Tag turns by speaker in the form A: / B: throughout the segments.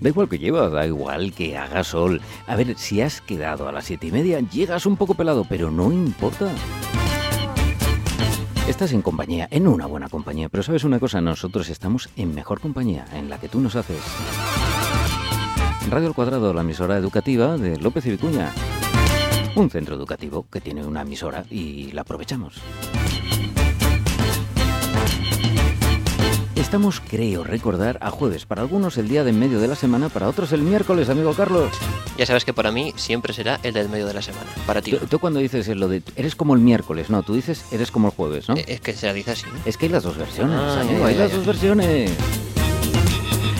A: Da igual que llevas, da igual que haga sol. A ver, si has quedado a las siete y media, llegas un poco pelado, pero no importa. Estás en compañía, en una buena compañía, pero sabes una cosa, nosotros estamos en mejor compañía, en la que tú nos haces. Radio al Cuadrado, la emisora educativa de López y Vicuña. Un centro educativo que tiene una emisora y la aprovechamos. Estamos, creo recordar, a jueves. Para algunos el día de en medio de la semana, para otros el miércoles, amigo Carlos.
B: Ya sabes que para mí siempre será el del medio de la semana. Para ti.
A: Tú, tú cuando dices lo de eres como el miércoles, no, tú dices eres como el jueves, ¿no?
B: Eh, Es que se la dice así. ¿no?
A: Es que hay las dos versiones,
B: Ah,
A: amigo,
B: ya,
A: hay
B: ya,
A: las
B: ya.
A: dos versiones.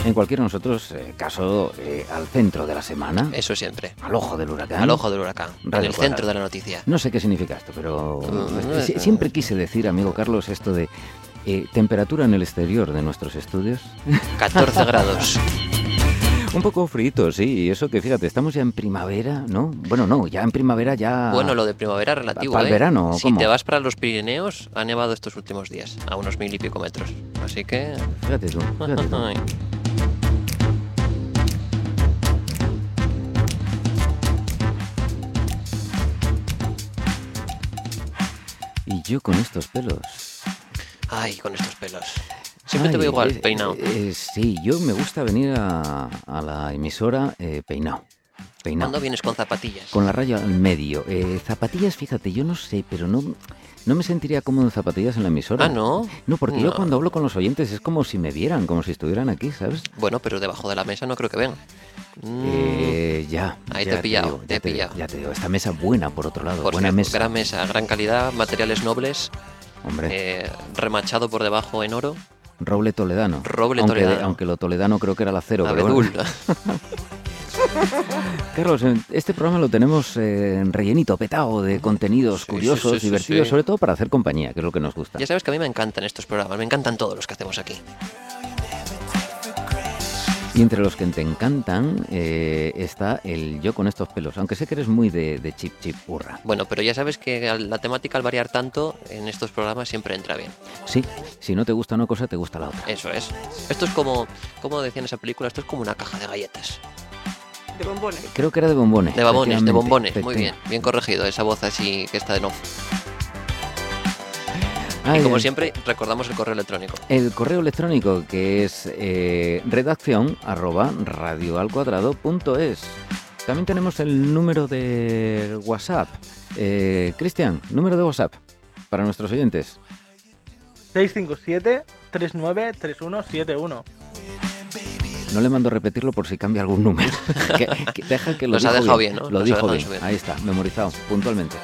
A: En cualquier nosotros, eh, caso eh, al centro de la semana,
B: Eso siempre.
A: al ojo del huracán.
B: Al ojo del huracán. En
A: Radio
B: el
A: Cuadrado.
B: centro de la noticia.
A: No sé qué significa esto, pero
B: Mm,
A: si-
B: eh,
A: siempre quise decir, amigo Carlos, esto de eh, temperatura en el exterior de nuestros estudios.
B: 14 grados.
A: Un poco frito, sí, y eso que fíjate, estamos ya en primavera, ¿no? Bueno, no, ya en primavera ya...
B: Bueno, lo de primavera relativo.
A: Ah. ¿Para el
B: ¿eh?
A: verano o
B: Si
A: cómo?
B: te vas para los Pirineos, ha nevado estos últimos días, a unos mil y pico metros. Así que.
A: Fíjate tú, fíjate tú.
B: Ay.
A: Y yo con estos pelos.
B: Ay, con estos pelos. Siempre te
A: Ay,
B: veo igual,
A: eh,
B: peinado.
A: eh, sí, yo me gusta venir a, a la emisora eh, peinado. Peinado.
B: ¿Cuándo vienes con zapatillas?
A: Con la raya al medio. Eh, zapatillas, fíjate, yo no sé, pero no, no me sentiría cómodo en zapatillas en la emisora.
B: Ah, ¿no?
A: No, porque yo
B: No.
A: cuando hablo con los oyentes es como si me vieran, como si estuvieran aquí, ¿sabes?
B: Bueno, pero debajo de la mesa no creo que venga. Mm,
A: Eh, ya.
B: Ahí
A: ya
B: te he pillado,
A: digo,
B: te
A: ya
B: he pillado.
A: Ya te digo, esta mesa buena, por otro lado.
B: por
A: buena
B: cierto,
A: mesa.
B: Gran mesa, gran calidad, materiales nobles,
A: Hombre,
B: eh, remachado por debajo en oro.
A: roble toledano.
B: roble
A: aunque,
B: toledano.
A: aunque lo toledano creo que era el acero. pero bueno.
B: abedul.
A: Carlos, en- este programa lo tenemos eh, rellenito, petado de contenidos
B: Sí,
A: curiosos,
B: sí, sí, sí,
A: divertidos,
B: sí.
A: sobre todo para hacer compañía, que es lo que nos gusta.
B: ya sabes que a mí me encantan estos programas, me encantan todos los que hacemos aquí.
A: Y entre los que te encantan eh, está el yo con estos pelos, aunque sé que eres muy de, de chip chip hurra.
B: Bueno, pero ya sabes que al- la temática al variar tanto en estos programas siempre entra bien.
A: Sí, si no te gusta una cosa, te gusta la otra.
B: Eso es. Esto es como, como decía en esa película, esto es como una caja de galletas.
C: de bombones.
A: Creo que era de bombones.
B: De bombones, de
A: efectivamente.
B: bombones. Muy
A: Efecti-
B: bien, bien corregido, esa voz así que está de no.
A: Ay,
B: Y como
A: ay.
B: siempre, recordamos el correo electrónico.
A: El correo electrónico que es eh, redacción arroba radioalcuadrado.es. También tenemos el número de WhatsApp. Eh, Cristian, número de WhatsApp para nuestros oyentes.
D: 657-393171.
A: No le mando repetirlo por si cambia algún número. Que- que deja que lo
B: Los ha
A: dijo
B: dejado bien, ¿no?
A: Lo
B: Los ha
A: dijo
B: dejado
A: bien.
B: bien.
A: Ahí está, memorizado, puntualmente.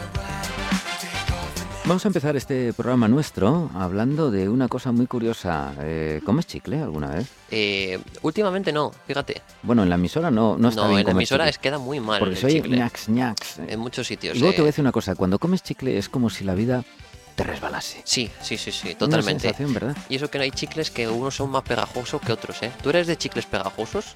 A: Vamos a empezar este programa nuestro hablando de una cosa muy curiosa. Eh, ¿Comes chicle alguna vez?
B: Eh, últimamente no, fíjate.
A: Bueno, en la emisora no, no está
B: No,
A: bien
B: en la
A: comer
B: emisora
A: chicle.
B: es queda muy mal
A: Porque
B: el
A: soy
B: chicle.
A: ñax, ñax.
B: En muchos sitios.
A: y luego te
B: eh.
A: voy a decir una cosa, cuando comes chicle es como si la vida te resbalase.
B: Sí, sí, sí, sí,
A: Una
B: totalmente.
A: sensación, ¿verdad?
B: Y eso que hay chicles que unos son más pegajosos que otros, ¿eh? ¿Tú eres de chicles pegajosos?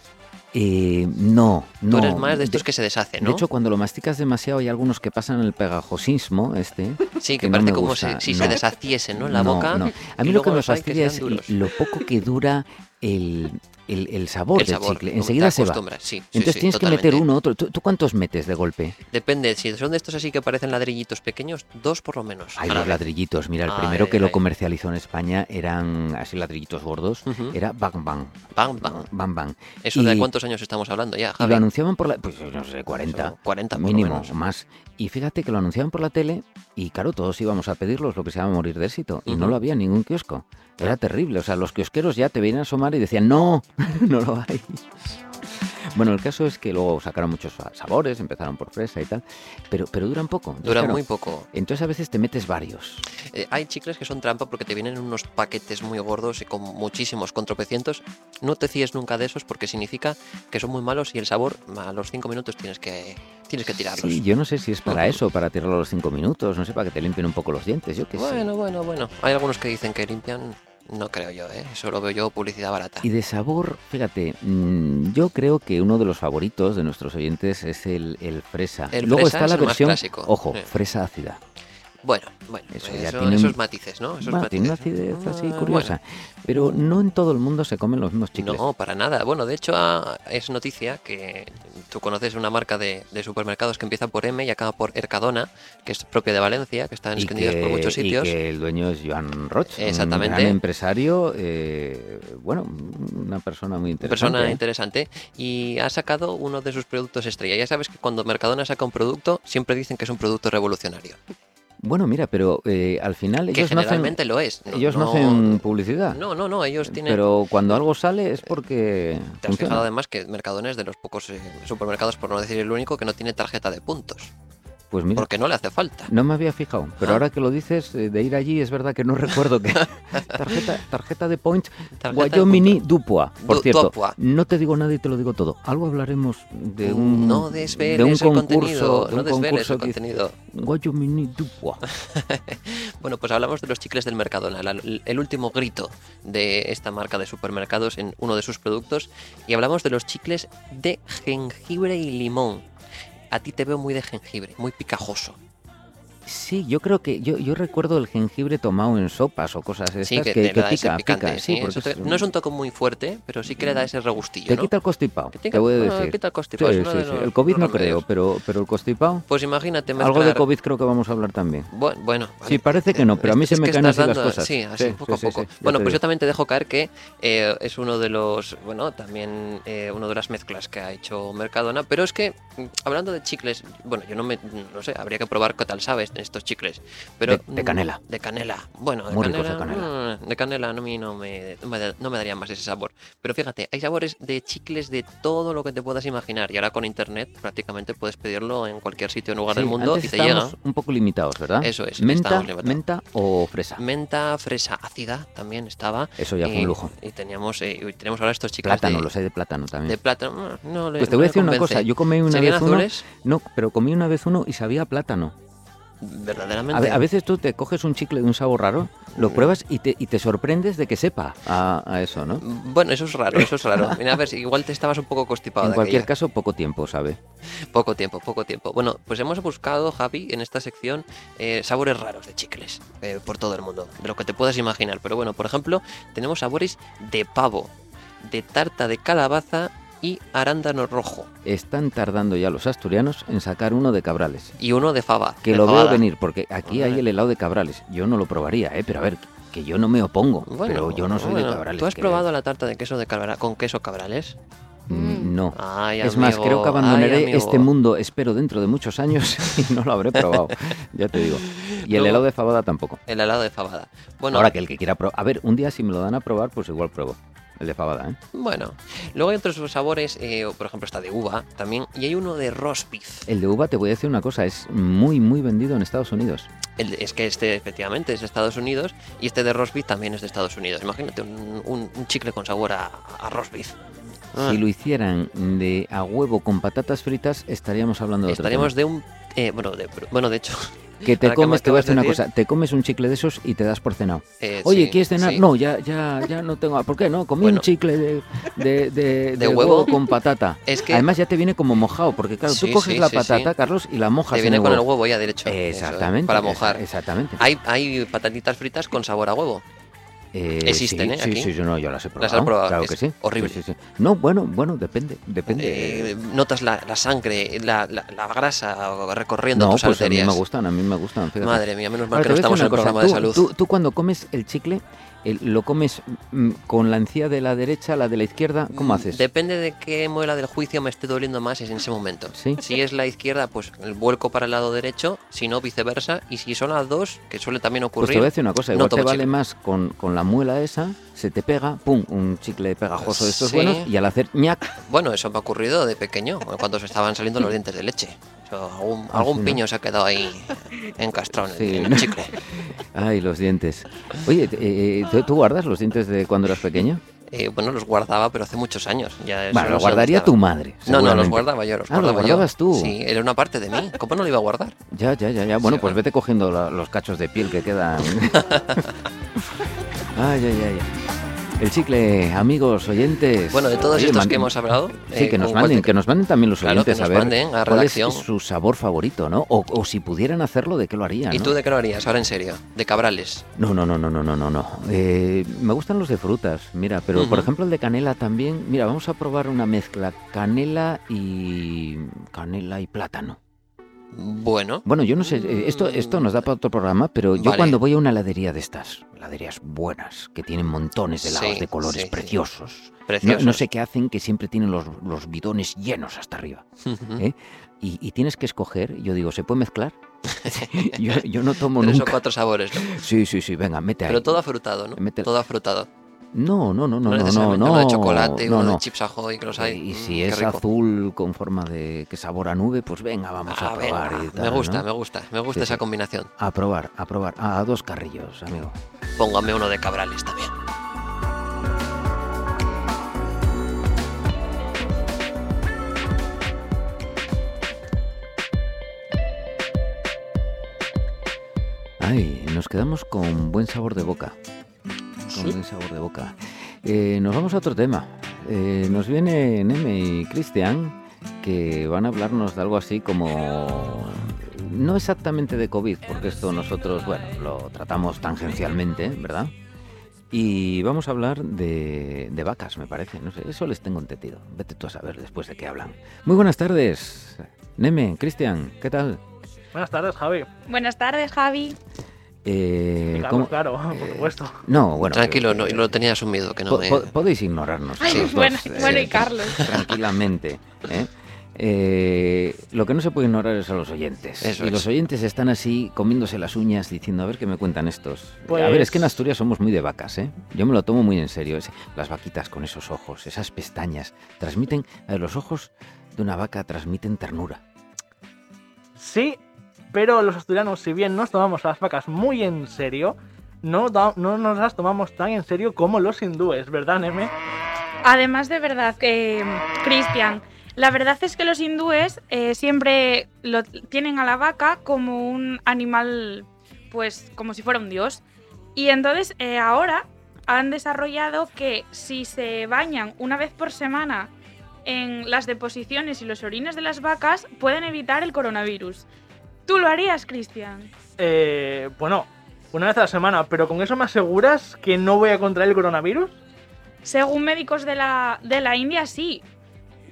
A: Eh, no, no.
B: Tú eres más de estos que se deshacen, ¿no?
A: De hecho, cuando lo masticas demasiado hay algunos que pasan el pegajosismo, este.
B: sí,
A: que
B: que,
A: no
B: parece
A: me
B: como
A: gusta,
B: si, si
A: no.
B: se deshaciesen, ¿no? En la
A: No,
B: boca.
A: no. A mí
B: y
A: lo
B: luego
A: que me
B: los hay que
A: fastidia
B: sean
A: es
B: duros.
A: lo poco que dura el, el- el sabor
B: el
A: del
B: sabor.
A: chicle.
B: como
A: Enseguida
B: te
A: se va.
B: acostumbras, Sí, sí,
A: Entonces
B: sí,
A: tienes que meter
B: totalmente.
A: uno, otro. ¿Tú, tú cuántos metes de golpe?
B: Depende, si son de estos así que parecen ladrillitos pequeños, dos por lo menos.
A: Hay
B: a la
A: los
B: vez.
A: ladrillitos. Mira, el
B: Ay,
A: primero que
B: ay,
A: lo
B: ay.
A: comercializó en España eran así ladrillitos gordos.
B: Ujú.
A: Era Bang Bang.
B: Bam, bam.
A: Bam Bang.
B: ¿Eso
A: Y-
B: de cuántos años estamos hablando ya,
A: Y lo
B: Javi?
A: anunciaban por la... Pues no sé, 40.
B: Eso, 40 por lo
A: mínimo,
B: menos.
A: o más. Y fíjate que lo anunciaban por la tele y claro, todos íbamos a pedirlos, lo que se llama morir de éxito. Y no
B: Ujú.
A: lo había en ningún kiosco. Era terrible. O sea, los kiosqueros ya te venían a asomar y decían, no, no lo hay. Bueno, el caso es que luego sacaron muchos sa- sabores, empezaron por fresa y tal, pero, pero duran poco. Entonces,
B: Dura
A: claro,
B: muy poco.
A: Entonces a veces te metes varios.
B: Eh, hay chicles que son trampa porque te vienen en unos paquetes muy gordos y con muchísimos, con tropecientos. No te fíes nunca de esos porque significa que son muy malos y el sabor a los 5 minutos tienes que, tienes que tirarlos.
A: Sí, yo no sé si es para eso, para tirarlo a los cinco minutos, no sé, para que te limpien un poco los dientes, yo qué sé.
B: Bueno, bueno, bueno. Hay algunos que dicen que limpian, no creo yo, ¿eh? Eso lo veo yo publicidad barata.
A: Y de sabor, fíjate, mm, yo creo que uno de los favoritos de nuestros oyentes es el, el fresa.
B: El
A: Luego
B: fresa
A: está
B: es
A: la
B: el más
A: versión,
B: clásico.
A: ojo,
B: Sí.
A: fresa ácida.
B: Bueno, bueno, pues
A: Eso
B: eso
A: ya tiene un-
B: esos matices, ¿no? Esos
A: Bueno, tiene una
B: matices.
A: acidez así
B: Ah,
A: curiosa, pero no en todo el mundo se comen los mismos
B: bueno,
A: chicles.
B: no, para nada. Bueno, de hecho ah, es noticia que tú conoces una marca de, de supermercados que empieza por M y acaba por Ercadona, que es propia de Valencia, que están
A: y
B: escondidas
A: que,
B: por muchos
A: y
B: sitios.
A: que el dueño es Joan Roch,
B: Exactamente.
A: un gran empresario, eh, bueno, una persona muy interesante.
B: persona
A: ¿eh?
B: interesante y ha sacado uno de sus productos estrella. Ya sabes que cuando Mercadona saca un producto siempre dicen que es un producto revolucionario,
A: Bueno, mira, pero eh, al final
B: que
A: ellos no hacen,
B: generalmente lo es.
A: ellos no hacen publicidad,
B: No, no, no, ellos tienen... Eh,
A: pero cuando algo sale es
B: Te
A: porque
B: has
A: funciona.
B: fijado además que Mercadona es de los pocos eh, supermercados, por no decir el único, que no tiene tarjeta de puntos,
A: Pues mira,
B: porque no le hace falta.
A: No me había fijado, pero
B: Ah.
A: ahora que lo dices, eh, de ir allí es verdad que no recuerdo que... tarjeta, tarjeta de point
B: Tarjeta de
A: Wyoming Dupua, por
B: Du-
A: cierto.
B: Dupua. Uh,
A: No te digo nada y te lo digo todo. Algo hablaremos de un,
B: no
A: de
B: desveles
A: un
B: el
A: concurso,
B: contenido,
A: de
B: no
A: un
B: desveles
A: concurso
B: el
A: que dice
B: contenido.
A: Wyoming Dupua.
B: Bueno, pues hablamos de los chicles del Mercadona, la- el último grito de esta marca de supermercados en uno de sus productos, y hablamos de los chicles de jengibre y limón. A ti te veo muy de jengibre, muy picajoso.
A: Sí, yo creo que yo, yo recuerdo el jengibre tomado en sopas o cosas de
B: Sí, que,
A: estas que,
B: te
A: que
B: da
A: pica,
B: ese picante.
A: pica,
B: sí,
A: sí, porque
B: eso te-
A: es- Mm.
B: no es un toque muy fuerte, pero sí que le da ese regustillo.
A: te
B: ¿no?
A: quita el constipado,
B: Que
A: te,
B: tenga-
A: voy a
B: no,
A: decir.
B: quita el constipado,
A: Sí,
B: es uno
A: sí,
B: de
A: sí.
B: los-
A: El COVID no
B: los
A: creo,
B: remedios.
A: pero, pero el constipado,
B: Pues imagínate mezclar...
A: algo de COVID creo que vamos a hablar también.
B: Bueno, bueno, vale.
A: Sí, parece que no, pero a
B: Eh,
A: mí
B: Es-
A: se
B: es
A: me
B: que
A: caen
B: estás
A: así las
B: dando-
A: cosas.
B: Sí, así,
A: Sí,
B: poco
A: sí,
B: a
A: sí,
B: poco.
A: sí, ya
B: bueno,
A: te
B: pues
A: digo.
B: yo también te dejo caer que eh, es uno de los, bueno, también eh, uno de las mezclas que ha hecho Mercadona, pero es que, mm, hablando de chicles, bueno, yo no me, no sé, habría que probar qué tal sabes de estos chicles, pero...
A: De- de
B: mm,
A: canela.
B: De canela, bueno, de
A: Muy ricos de
B: canela,
A: canela.
B: mm, de canela no, a mí no me, no me da- no me daría más ese sabor. Pero fíjate, hay sabores de chicles de todo lo que te puedas imaginar, y ahora con internet prácticamente puedes pedirlo en cualquier sitio, en lugar del
A: Sí,
B: mundo,
A: antes
B: y te llega.
A: estábamos un poco limitados, ¿verdad?
B: Eso es,
A: Menta,
B: estábamos limitados.
A: menta o fresa.
B: Menta, fresa ácida también estaba.
A: Eso ya fue
B: Y-
A: un lujo.
B: Y teníamos, eh, y tenemos ahora estos chicles
A: Plátano,
B: de,
A: los hay de plátano también.
B: de plátano. No, no le-
A: pues te
B: no
A: voy
B: me
A: a decir una
B: convence.
A: cosa, yo comí una
B: ¿Serían
A: vez uno,
B: azules?
A: no, pero comí una vez uno y sabía a plátano. A,
B: Verdaderamente.
A: ve- a veces tú te coges un chicle de un sabor raro, lo pruebas y te, y te sorprendes de que sepa a, a eso, ¿no?
B: Bueno, eso es raro, eso es raro. Mira, a ver, si igual te estabas un poco constipado.
A: En
B: de
A: cualquier
B: aquella.
A: caso, poco tiempo, ¿sabe?
B: Poco tiempo, poco tiempo. Bueno, pues hemos buscado, Javi, en esta sección, eh, sabores raros de chicles eh, por todo el mundo, de lo que te puedas imaginar. Pero bueno, por ejemplo, tenemos sabores de pavo, de tarta de calabaza y arándano rojo.
A: Están tardando ya los asturianos en sacar uno de Cabrales.
B: Y uno de fava.
A: Que
B: de
A: lo veo
B: fabada.
A: venir, porque aquí hay
B: Vale.
A: el helado de Cabrales. Yo no lo probaría, ¿eh? Pero a ver, que yo no me opongo. pero yo no soy
B: Pues bueno,
A: de Cabrales.
B: ¿Tú has
A: que-
B: probado la tarta de queso de cabra- con queso cabrales?
A: Mm, No.
B: Ay,
A: es más,
B: amigo,
A: creo que
B: ay,
A: abandonaré
B: amigo.
A: este mundo, espero, dentro de muchos años y no lo habré probado, ya te digo. Y el
B: Luego-
A: helado de fabada tampoco.
B: El helado de fabada. Bueno,
A: Ahora que el que quiera probar... A ver, un día si me lo dan a probar, pues igual pruebo. El de fabada, ¿eh?
B: bueno. Luego hay otros sabores, eh, por ejemplo, está de uva también. Y hay uno de roast beef.
A: El de uva, te voy a decir una cosa, es muy, muy vendido en Estados Unidos.
B: El- es que este, efectivamente, es de Estados Unidos. Y este de roast beef también es de Estados Unidos. Imagínate un, un- un chicle con sabor a, a roast beef. Ah,
A: Si lo hicieran de a huevo con patatas fritas, estaríamos hablando de otro
B: estaríamos de un. eh, bueno, de, bueno, de hecho.
A: tema. Que te
B: ahora que me
A: comes, te voy a
B: acabas de
A: decir una
B: decir-
A: cosa, te comes un chicle de esos y te das por cenado.
B: eh,
A: Oye,
B: sí,
A: ¿quieres cenar?
B: sí.
A: No, ya, ya, ya no tengo. ¿Por qué no? Comí un
B: Bueno.
A: chicle de, de, de- de
B: huevo.
A: con patata.
B: Es que-
A: Además, ya te viene como mojado, porque claro, tú
B: Sí,
A: coges
B: sí,
A: la
B: sí,
A: patata,
B: sí.
A: Carlos, y la mojas
B: Te viene
A: en
B: con el
A: huevo.
B: huevo ya derecho. eso, eh,
A: Exactamente.
B: para
A: esa-
B: mojar.
A: Exactamente.
B: Hay, hay patatitas fritas con sabor a huevo.
A: Eh,
B: existen,
A: sí,
B: ¿eh?
A: Sí,
B: Aquí.
A: sí, yo no, yo las he probado.
B: Las has probado,
A: Claro
B: es
A: que sí.
B: horrible.
A: Sí, sí, sí. No, bueno, bueno, depende, depende.
B: Eh, notas la, la sangre, la, la- la grasa recorriendo
A: no,
B: tus
A: pues a
B: arterias.
A: mí me gustan, a mí me gustan. fíjate.
B: Madre mía, menos mal
A: Ahora,
B: que
A: te
B: no estamos
A: voy a
B: en
A: decir
B: el
A: una
B: programa
A: cosa,
B: de
A: tú-
B: salud.
A: Tú, tú cuando comes el chicle, el- ¿lo comes mm, con la encía de la derecha, la de la izquierda? ¿Cómo haces?
B: Mm,
A: Pues
B: Depende de qué muela del juicio me esté doliendo más es en ese momento.
A: Sí.
B: Si es la izquierda, pues el vuelco para el lado derecho, si no, viceversa. Y si son las dos, que suele también
A: Pues
B: ocurrir.
A: te voy a decir una cosa,
B: no
A: igual te
B: tomo
A: vale
B: chicle.
A: más con, con la muela esa, se te pega, pum, un chicle pegajoso de estos
B: Sí.
A: buenos y al hacer ñac,
B: Bueno, eso me ha ocurrido de pequeño, cuando se estaban saliendo los dientes de leche. O sea, algún, algún
A: Alucina.
B: piño se ha quedado ahí encastrado en el,
A: Sí,
B: en el
A: ¿no?
B: chicle.
A: ay, los dientes. Oye, eh, eh, ¿tú, tú guardas los dientes de cuando eras pequeño?
B: Eh, bueno, los guardaba, pero hace muchos años. Ya eso
A: Bueno,
B: no
A: lo
B: se
A: guardaría
B: gustaba.
A: tu madre.
B: No, no, los
A: seguramente.
B: guardaba yo, los
A: Ah, lo
B: guardaba yo.
A: guardabas tú.
B: Sí, era una parte de mí. ¿Cómo no lo iba a guardar?
A: Ya, ya, ya, ya. Bueno,
B: Sí,
A: pues
B: bueno.
A: vete cogiendo la- los cachos de piel que quedan. ay, ay, ay. El chicle, amigos, oyentes.
B: Bueno, de todos
A: Oye,
B: estos
A: mand-
B: que hemos hablado...
A: Sí,
B: eh,
A: que nos
B: ¿con cuál
A: manden,
B: te-
A: que nos manden también los
B: Claro, que
A: oyentes
B: nos
A: a ver
B: manden a
A: cuál es
B: redacción.
A: su sabor favorito, ¿no? O, o si pudieran hacerlo, ¿de qué lo harían?
B: ¿Y
A: Ah, no?
B: tú de qué lo harías? Ahora en serio, de cabrales.
A: No, no, no, no, no, no, no. no. Eh, me gustan los de frutas, mira, pero por
B: Ujú.
A: ejemplo el de canela también. Mira, vamos a probar una mezcla canela y canela y plátano.
B: Bueno, Mm.
A: Bueno, yo no sé, eh, esto, esto nos da para otro programa, pero yo
B: Vale.
A: cuando voy a una heladería de estas, heladerías buenas, que tienen montones de helados
B: Sí,
A: de colores
B: sí, sí.
A: preciosos, no-
B: precioso.
A: No, sé qué hacen, que siempre tienen los, los bidones llenos hasta arriba, ¿eh? y, y tienes que escoger, yo digo, ¿se puede mezclar? yo, yo no tomo
B: Tres o
A: nunca.
B: cuatro sabores, ¿no?
A: Sí, sí, sí, venga, mete ahí.
B: Pero todo afrutado, ¿no?
A: Mete-
B: Todo afrutado.
A: No, no, no,
B: No,
A: no, no, no,
B: necesariamente
A: no,
B: uno de chocolate,
A: no,
B: uno
A: no.
B: de chips ahoy, que los
A: Eh,
B: hay.
A: Y
B: Mm,
A: si
B: qué
A: es
B: rico.
A: azul con forma de que sabor a nube, pues venga, vamos
B: Ah,
A: a probar.
B: venga,
A: y tal,
B: me
A: ¿no?
B: gusta, me gusta, me gusta
A: Sí,
B: esa
A: sí.
B: combinación.
A: A probar, a probar. Ah, A dos carrillos, amigo.
B: Póngame uno de cabrales también.
A: Ay, nos quedamos con buen sabor de boca. Con buen sabor de boca. Eh, nos vamos a otro tema. Eh, nos viene Neme y Cristian que van a hablarnos de algo así como... No exactamente de COVID, porque esto nosotros, bueno, lo tratamos tangencialmente, ¿verdad? Y vamos a hablar de, de vacas, me parece. No sé, eso les tengo entendido. Vete tú a saber después de qué hablan. Muy buenas tardes, Neme, Cristian, ¿qué tal?
D: Buenas tardes, Javi.
C: Buenas tardes, Javi.
A: Eh,
D: claro,
A: ¿cómo-
D: claro, por
A: eh,
D: supuesto.
A: No, bueno.
B: Tranquilo,
A: eh,
B: no, lo tenía asumido, que no
A: po-
B: me...
A: po- podéis ignorarnos. a
C: Ay,
A: los
C: bueno,
A: dos,
C: bueno, y
A: eh,
C: Carlos.
A: Tranquilamente. ¿eh? Eh, lo que no se puede ignorar es a los oyentes.
B: Eso
A: y
B: es.
A: los oyentes están así comiéndose las uñas diciendo, a ver qué me cuentan estos. A
D: Pues-
A: ver, es que en Asturias somos muy de vacas, ¿eh? Yo me lo tomo muy en serio. Es- Las vaquitas con esos ojos, esas pestañas, transmiten... a ver, los ojos de una vaca transmiten ternura.
D: Sí, pero los asturianos, si bien nos tomamos a las vacas muy en serio, no, da- no nos las tomamos tan en serio como los hindúes, ¿verdad, Neme?
C: Además, de verdad, eh, Cristian, la verdad es que los hindúes eh, siempre lo tienen a la vaca como un animal, pues como si fuera un dios. Y entonces eh, ahora han desarrollado que si se bañan una vez por semana en las deposiciones y los orines de las vacas, pueden evitar el coronavirus. ¿Tú lo harías, Cristian?
D: Eh, bueno, una vez a la semana, pero con eso me aseguras que no voy a contraer el coronavirus.
C: Según médicos de la, de la India, sí.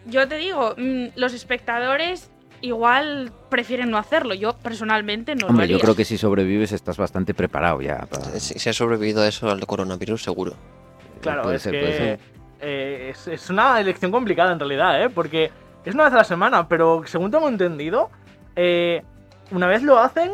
C: Yo te digo, mm, los espectadores igual prefieren no hacerlo. Yo personalmente no
A: Hombre,
C: lo haría.
A: yo creo que si sobrevives estás bastante preparado ya. para-
B: Eh, Si, si ha sobrevivido a eso al coronavirus, seguro.
D: Claro,
A: Puede
D: es
A: ser,
D: que
A: puede ser.
D: eh, es, es una elección complicada en realidad, ¿eh? Porque es una vez a la semana, pero según tengo entendido, eh, una vez lo hacen,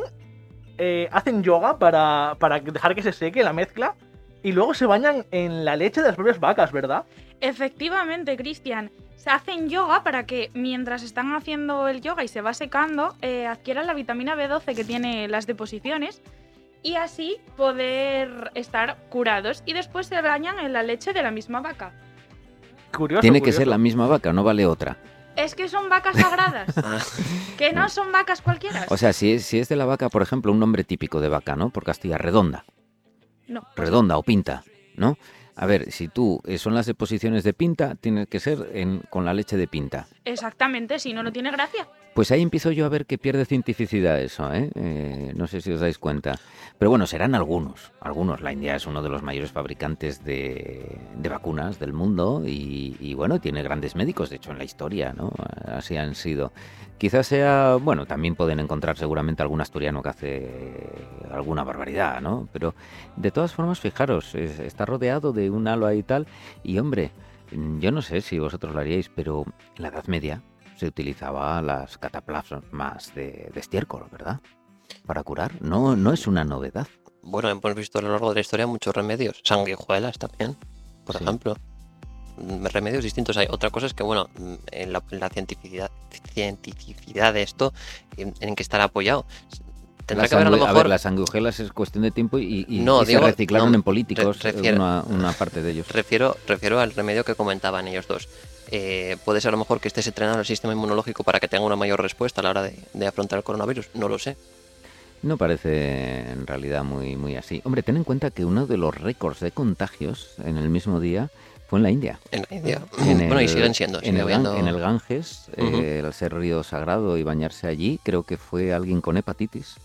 D: eh, hacen yoga para, para dejar que se seque la mezcla y luego se bañan en la leche de las propias vacas, ¿verdad?
C: Efectivamente, Cristian. Se hacen yoga para que mientras están haciendo el yoga y se va secando, eh, adquieran la vitamina B12 que tiene las deposiciones y así poder estar curados. Y después se bañan en la leche de la misma vaca.
D: Curioso.
A: Tiene que ser
D: curioso.
A: la misma vaca, no vale otra.
C: Es que son vacas sagradas,
B: Ah,
C: que no son vacas cualquiera.
A: O sea, si es, si es de la vaca, por ejemplo, un nombre típico de vaca, ¿no? Por Castilla, redonda,
C: no.
A: redonda o pinta, ¿no? A ver, si tú eh, son las deposiciones de pinta, tiene que ser en- con la leche de pinta.
C: Exactamente, si no, no tiene gracia.
A: Pues ahí empiezo yo a ver que pierde cientificidad eso, ¿eh? Eh, No sé si os dais cuenta. Pero bueno, serán algunos. Algunos. La India es uno de los mayores fabricantes de, de vacunas del mundo y, y, bueno, tiene grandes médicos, de hecho, en la historia, ¿no? Así han sido. Quizás sea, bueno, también pueden encontrar seguramente algún asturiano que hace alguna barbaridad, ¿no? Pero de todas formas, fijaros, es- está rodeado de un halo ahí y tal. Y hombre, yo no sé si vosotros lo haríais, pero en la Edad Media se utilizaba las cataplasmas de, de estiércol, ¿verdad? Para curar. No, no es una novedad.
B: Bueno, hemos visto a lo largo de la historia muchos remedios. Sanguijuelas también, por
A: Sí.
B: ejemplo. Mm, Remedios distintos hay. Otra cosa es que, bueno, mm, en la, la cientificidad, cientificidad de esto, en, en que estará apoyado. Tendrá
A: Las
B: que haber a lo
A: sangue-
B: mejor.
A: las sanguijuelas es cuestión de tiempo y, y-
B: No,
A: y
B: digo,
A: se reciclaron
B: no,
A: en políticos
B: re-
A: eh,
B: refiero-
A: una, una parte de ellos.
B: Refiero, refiero al remedio que comentaban ellos dos. Eh, puede ser a lo mejor que estés entrenando el sistema inmunológico para que tenga una mayor respuesta a la hora de, de afrontar el coronavirus. No lo sé.
A: No parece en realidad muy, muy así. Hombre, ten en cuenta que uno de los récords de contagios en el mismo día fue en la India.
B: En la India.
A: En
B: bueno, y
A: el-
B: siguen siendo.
A: En,
B: sigue
A: el, Gan-
B: habiendo-
A: en el Ganges,
B: Ujú.
A: eh, al ser río sagrado y bañarse allí, creo que fue alguien con hepatitis.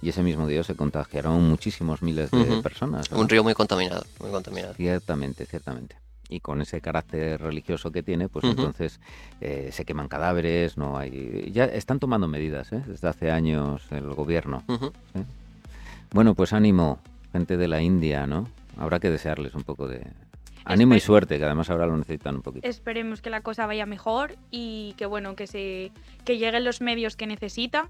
A: Y ese mismo día se contagiaron muchísimos miles de
B: Ujú.
A: personas. ¿verdad?
B: Un río muy contaminado. Muy contaminado.
A: Ciertamente, ciertamente. Y con ese carácter religioso que tiene, pues
B: Ujú.
A: entonces eh, se queman cadáveres, no hay... Ya están tomando medidas, ¿eh? Desde hace años el gobierno. ¿Eh?
B: Ujú.
A: Bueno, pues ánimo, gente de la India, ¿no? Habrá que desearles un poco de... Ánimo y
C: Espe-
A: suerte, que además ahora lo necesitan un poquito.
C: Esperemos que la cosa vaya mejor y que bueno, que se que lleguen los medios que necesita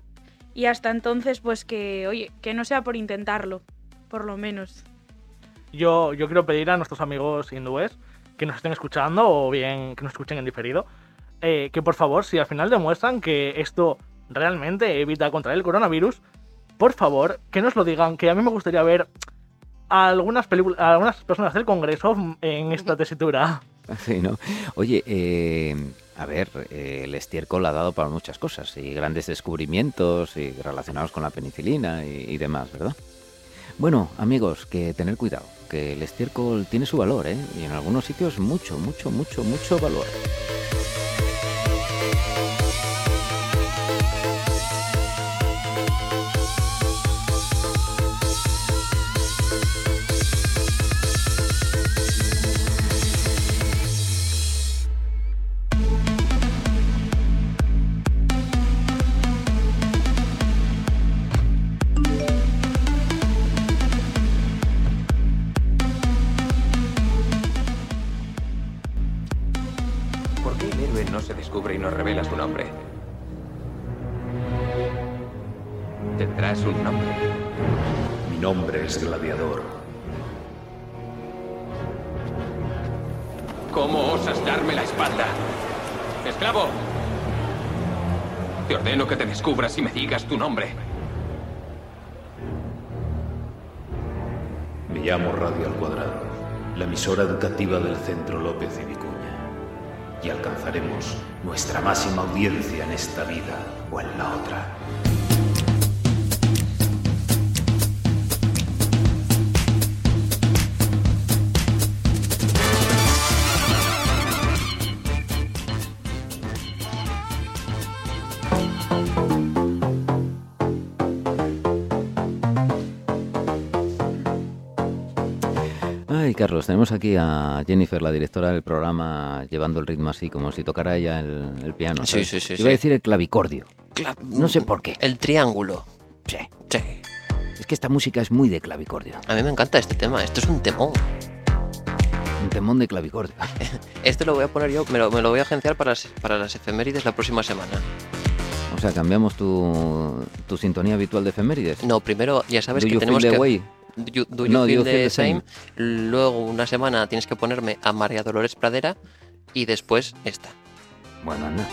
C: y hasta entonces pues que, oye, que no sea por intentarlo, por lo menos.
D: Yo, yo quiero pedir a nuestros amigos hindúes que nos estén escuchando o bien que nos escuchen en diferido, eh, que por favor, si al final demuestran que esto realmente evita contraer el coronavirus, por favor, que nos lo digan, que a mí me gustaría ver a algunas, películas, a algunas personas del Congreso en esta tesitura.
A: Sí, ¿no? Oye, eh, a ver, eh, el estiércol ha dado para muchas cosas y grandes descubrimientos y relacionados con la penicilina y, y demás, ¿verdad? Bueno, amigos, que tener cuidado, que el estiércol tiene su valor, ¿eh? Y en algunos sitios mucho, mucho, mucho, mucho valor.
E: ¿Por qué el héroe no se descubre y no revela su nombre? Tendrás un nombre.
F: Mi nombre es Gladiador.
E: ¿Cómo osas darme la espalda? ¡Esclavo! Te ordeno que te descubras y me digas tu nombre.
F: Me llamo Radio al Cuadrado, la emisora educativa del Centro López y Vicuña. Y alcanzaremos nuestra máxima audiencia en esta vida o en la otra.
A: Ay, Carlos, tenemos aquí a Jennifer, la directora del programa, llevando el ritmo así como si tocara ella el, el piano.
B: Sí,
A: ¿sabes?
B: sí, sí,
A: Iba a
B: sí.
A: decir el clavicordio. No sé por qué.
B: El triángulo.
A: Sí.
B: Sí.
A: Es que esta música es muy de clavicordio.
B: A mí me encanta este tema. Esto es un temón.
A: Un temón de clavicordio.
B: Este lo voy a poner yo, me lo, me lo voy a agenciar para las, para las efemérides la próxima semana.
A: O sea, cambiamos tu, tu sintonía habitual de efemérides.
B: No, primero ya sabes
A: Do
B: que
A: you
B: tenemos
A: feel the
B: que...
A: way?
B: Do you, do you
A: No,
B: feel
A: you
B: the
A: feel the
B: same? Luego una semana tienes que ponerme a María Dolores Pradera y después esta.
A: Bueno, anda.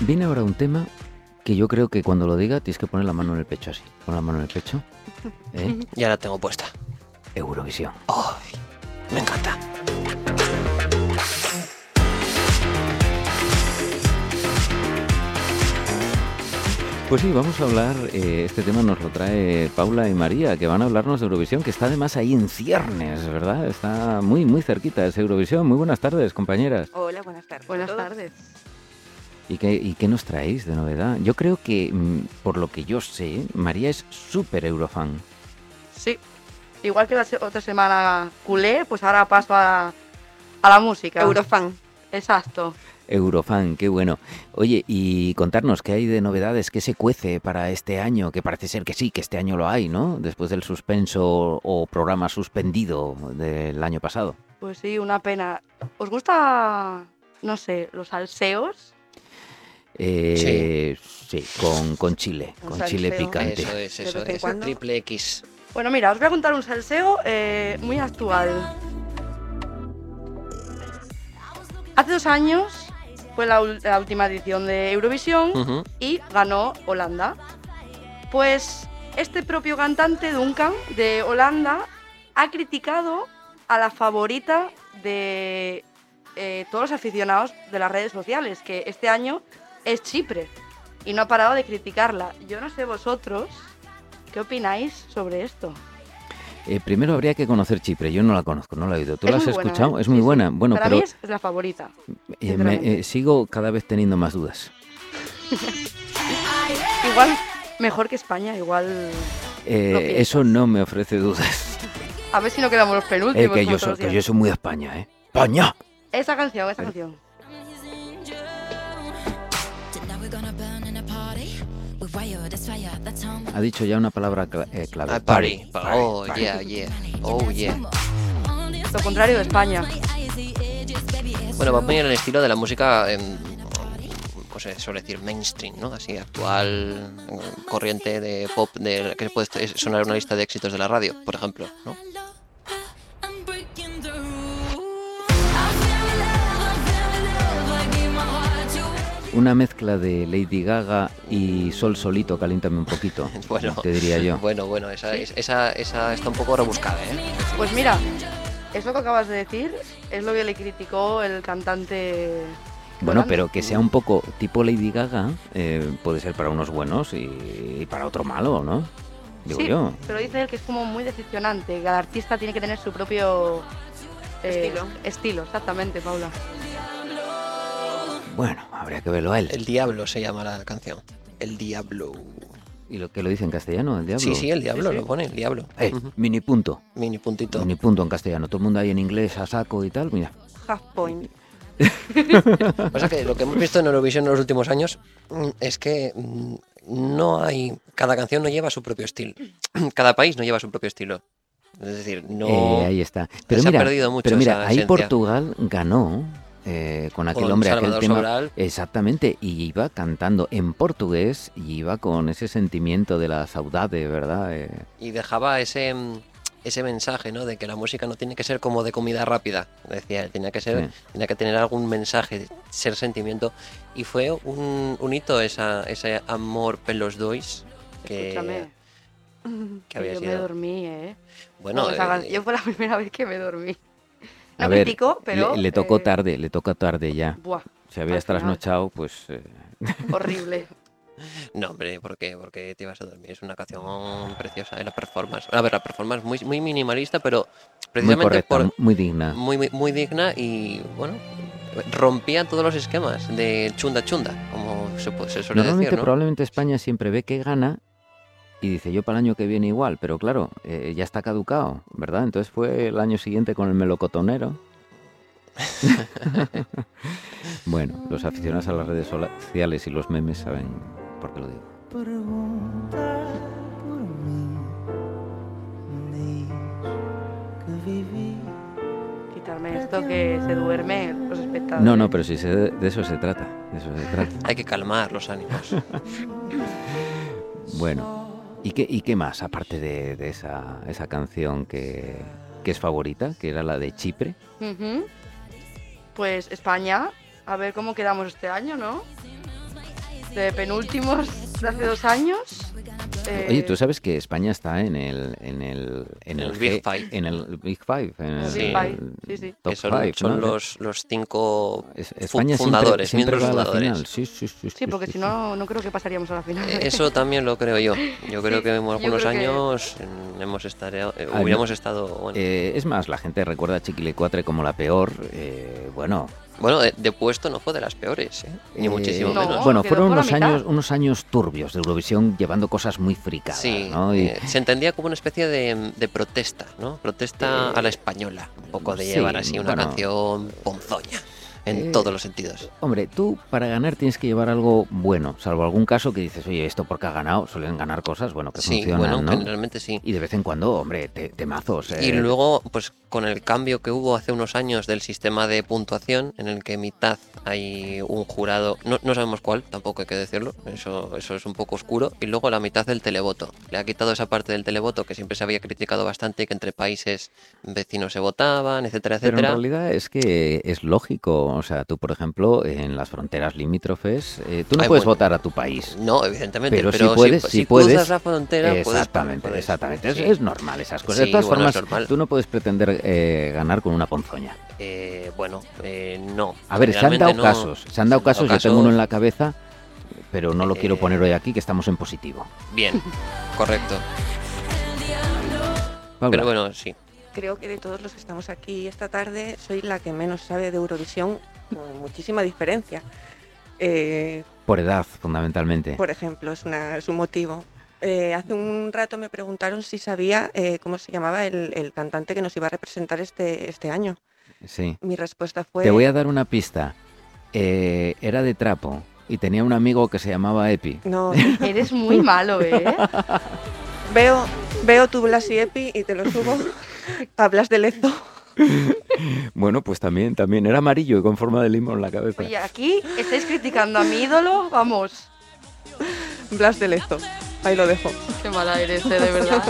A: Viene ahora un tema que yo creo que cuando lo diga tienes que poner la mano en el pecho así. Pon la mano en el pecho. ¿eh?
B: Ya la tengo puesta. Oh,
A: Eurovisión.
B: Ay, me encanta.
A: Pues sí, vamos a hablar, eh, este tema nos lo trae Paula y María, que van a hablarnos de Eurovisión, que está además ahí en ciernes, ¿verdad? Está muy, muy cerquita es Eurovisión. Muy buenas tardes, compañeras.
G: Hola, buenas tardes.
H: Buenas tardes.
A: ¿Y qué, ¿Y qué nos traéis de novedad? Yo creo que, mm, por lo que yo sé, María es súper eurofan.
H: Sí. Igual que la se- otra semana culé, pues ahora paso a, a la música.
G: Eurofan.
H: Exacto.
A: Eurofan, qué bueno. Oye, y contarnos qué hay de novedades, qué se cuece para este año, que parece ser que sí, que este año lo hay, ¿no? Después del suspenso o programa suspendido del año pasado.
H: Pues sí, una pena. ¿Os gusta, no sé, los salseos?
A: Eh, sí. con, con chile,
H: Con
A: con chile
H: salseo.
A: picante.
B: Eso es,
H: De
B: eso
H: vez en
B: es.
H: cuando.
B: Triple X.
H: Bueno, mira, os voy a contar un salseo eh, muy actual. Hace dos años fue la, ul- la última edición de Eurovisión
B: Ujú.
H: y ganó Holanda. Pues este propio cantante, Duncan, de Holanda, ha criticado a la favorita de eh, todos los aficionados de las redes sociales, que este año es Chipre, y no ha parado de criticarla. Yo no sé vosotros, ¿qué opináis sobre esto?
A: Eh, primero habría que conocer Chipre, yo no la conozco, no la he oído. ¿Tú
H: Es
A: la has
H: muy buena,
A: escuchado?
H: ¿eh?
A: Es muy
H: Sí, sí.
A: buena. Bueno,
H: Para
A: pero
H: mí es, es la favorita.
A: eh, me-
H: sinceramente.
A: eh, sigo cada vez teniendo más dudas.
H: Igual mejor que España, igual...
A: Eh,
H: Lo pienso.
A: eso no me ofrece dudas.
H: A ver si no quedamos los
A: Eh,
H: penúltimos.
A: que,
H: como
A: yo
H: todos
A: soy, que
H: los
A: yo
H: días.
A: soy muy de España, ¿eh? ¡España!
H: Esa canción, esa
A: Ahí.
H: canción.
A: Ha dicho ya una palabra cla- eh, clave.
B: Ah, party. Oh, yeah, yeah. Oh, yeah.
H: Lo contrario de España.
B: Bueno, va a poner el estilo de la música, em, pues se suele decir mainstream, ¿no? Así actual, em, corriente de pop, de, que puede est- sonar en una lista de éxitos de la radio, por ejemplo, ¿no?
A: Una mezcla de Lady Gaga y Sol Solito, caliéntame un poquito.
B: Bueno,
A: te diría yo.
B: Bueno, bueno, esa, es- esa, esa está un poco rebuscada, ¿eh?
H: Pues mira, es lo que acabas de decir, es lo que le criticó el cantante.
A: Bueno,
H: Holanda.
A: pero que sea un poco tipo Lady Gaga, eh, puede ser para unos buenos y, y para otro malo, ¿no? Digo
H: Sí,
A: yo.
H: Pero dice él que es como muy decepcionante, que el artista tiene que tener su propio eh,
G: Estilo.
H: Estilo, exactamente, Paula.
A: Bueno, habría que verlo a él.
B: El Diablo se llama la canción. El Diablo.
A: ¿Y lo que lo dice en castellano? El diablo.
B: Sí, sí, el Diablo, lo pone, el Diablo.
A: Eh,
B: Ujú.
A: mini punto.
B: Mini puntito.
A: Mini punto en castellano. Todo el mundo ahí en inglés a saco y tal. Mira,
H: Half point.
B: Pasa que lo que hemos visto en Eurovisión en los últimos años mm, es que mm, no hay. Cada canción no lleva su propio estilo. Cada país no lleva su propio estilo. Es decir, no.
A: Eh, ahí está. Pero
B: se ha
A: mira,
B: perdido mucho
A: pero mira
B: esa
A: ahí
B: esencia.
A: Portugal ganó eh, con aquel
B: Con
A: hombre,
B: Salvador
A: aquel tema.
B: Sobral.
A: Exactamente, y iba cantando en portugués y iba con ese sentimiento de la saudade, ¿verdad? Eh,
B: Y dejaba ese. mm, Ese mensaje, ¿no? De que la música no tiene que ser como de comida rápida. Decía, él, tenía que ser,
A: Sí.
B: tenía que tener algún mensaje, ser sentimiento. Y fue un, un hito esa, ese amor pelos dois. Que,
A: Eh,
H: Escúchame.
B: que había
H: yo me
B: sido.
H: dormí, ¿eh?
B: Bueno,
H: Con esa can-
B: eh,
H: yo fue la primera vez que me dormí. No
A: a ver,
H: critico,
A: le-
H: pero.
A: le, tocó
H: eh,
A: tarde, le toca tarde ya.
H: Buah,
A: Si habías
H: final.
A: trasnochado, pues eh,
H: horrible.
B: No, hombre, ¿por qué? Porque te ibas a dormir. Es una canción preciosa, es la performance. A ver, la performance muy, muy minimalista, pero
A: muy
B: precisamente
A: correcta,
B: por
A: muy digna.
B: muy, muy, muy digna y bueno, rompía todos los esquemas de chunda chunda, como se, puede- se suele
A: Normalmente,
B: decir, ¿no?
A: probablemente España siempre ve que gana y dice yo para el año que viene igual, pero claro, eh, ya está caducado, ¿verdad? Entonces fue el año siguiente con el melocotonero. bueno, los aficionados a las redes sociales y los memes saben por qué lo digo.
H: Quitarme esto que se duerme pues, los espectadores.
A: No, no, pero sí, se- de eso se trata, de eso se trata.
B: Hay que calmar los ánimos.
A: Bueno, ¿y qué, y qué más aparte de, de esa, esa canción que, que es favorita, que era la de Chipre?
H: Ujú. Pues España, a ver cómo quedamos este año, ¿no? De penúltimos de hace dos años eh,
A: Oye, tú sabes que España está en el en el en el,
B: El Big
A: G-
B: Five.
A: en el Big Five, en el,
B: Sí. Big
H: Five, sí, sí.
A: top
B: que son,
A: five,
B: son
A: ¿no?
B: los, los cinco
A: Es-
B: fu-
A: España siempre-
B: fundadores,
A: siempre,
B: miembros
A: va a la
B: fundadores.
A: final. Sí, sí, sí,
H: Sí, porque
A: sí,
H: si
A: sí.
H: no, no creo que pasaríamos a la final.
B: Eh, Eso también lo creo yo. Yo creo
H: Sí,
B: que en
H: yo
B: algunos
H: creo que-
B: años mm, hemos estado, eh,
A: Ah,
B: hubiéramos estado. Bueno,
A: Eh, es más, la gente recuerda a Chiquilecuatre como la peor. eh, bueno,
B: Bueno, de, de puesto no fue de las peores, ¿eh? ni
A: eh,
B: muchísimo
H: no,
B: menos.
A: Bueno,
H: quedó
A: fueron
H: por la
A: unos
H: mitad.
A: años, unos años turbios de Eurovisión llevando cosas muy fricadas,
B: Sí,
A: ¿no? Y-
B: eh, se entendía como una especie de, de protesta, ¿no? Protesta a la española, un poco de
A: Eh, sí,
B: llevar así una
A: bueno.
B: canción ponzoña, en
A: Eh,
B: todos los sentidos.
A: Hombre, tú para ganar tienes que llevar algo bueno, salvo algún caso que dices, oye, esto porque ha ganado, suelen ganar cosas, bueno, que
B: Sí,
A: funcionan,
B: bueno,
A: ¿no?
B: generalmente sí.
A: Y de vez en cuando, hombre, te, temazos.
B: Y
A: eh,
B: luego, pues con el cambio que hubo hace unos años del sistema de puntuación, en el que mitad hay un jurado, no, no sabemos cuál, tampoco hay que decirlo, eso, eso es un poco oscuro, y luego la mitad del televoto. Le ha quitado esa parte del televoto que siempre se había criticado bastante, que entre países vecinos se votaban, etcétera,
A: Pero en
B: etcétera.
A: realidad es que es lógico. O sea, tú, por ejemplo, en las fronteras limítrofes, eh, tú no
B: Ay,
A: puedes
B: bueno.
A: votar a tu país.
B: No, evidentemente,
A: Pero,
B: pero,
A: si puedes, si,
B: cruzas
A: puedes.
B: la frontera, puedes-
A: exactamente,
B: puedes.
A: exactamente. Es-
B: Sí.
A: Es, normal esas cosas. de
B: Sí,
A: todas
B: bueno, es
A: formas,
B: normal.
A: tú no puedes pretender eh, ganar con una ponzoña.
B: Eh, bueno, eh, no.
A: A ver, se han
B: realmente
A: dado
B: no.
A: casos. Se han dado
B: Se han dado
A: casos, yo tengo uno
B: casos.
A: en la cabeza, pero no lo quiero
B: Eh,
A: poner hoy aquí, que estamos en positivo.
B: Bien, correcto.
A: Paula,
B: Pero bueno, sí.
G: Creo que de todos los que estamos aquí esta tarde, soy la que menos sabe de Eurovisión, con muchísima diferencia. Eh,
A: por edad, fundamentalmente.
G: por ejemplo, es, una, es un motivo. Eh, hace un rato me preguntaron si sabía eh, cómo se llamaba el, el cantante que nos iba a representar este, este año.
A: Sí.
G: Mi respuesta fue...
A: Te voy a dar una pista. Eh, era de trapo y tenía un amigo que se llamaba Epi.
G: No,
H: Eres muy malo, ¿eh?
G: veo, veo tu Blas y Epi y te lo subo. Hablas de Lezo.
A: Bueno, pues también, también. Era amarillo y con forma de limón en la cabeza.
H: Oye, aquí estáis criticando a mi ídolo, vamos.
G: Blas de Lezo. Ahí lo dejo.
H: Qué mala eres,
G: este,
H: ¿eh? de verdad.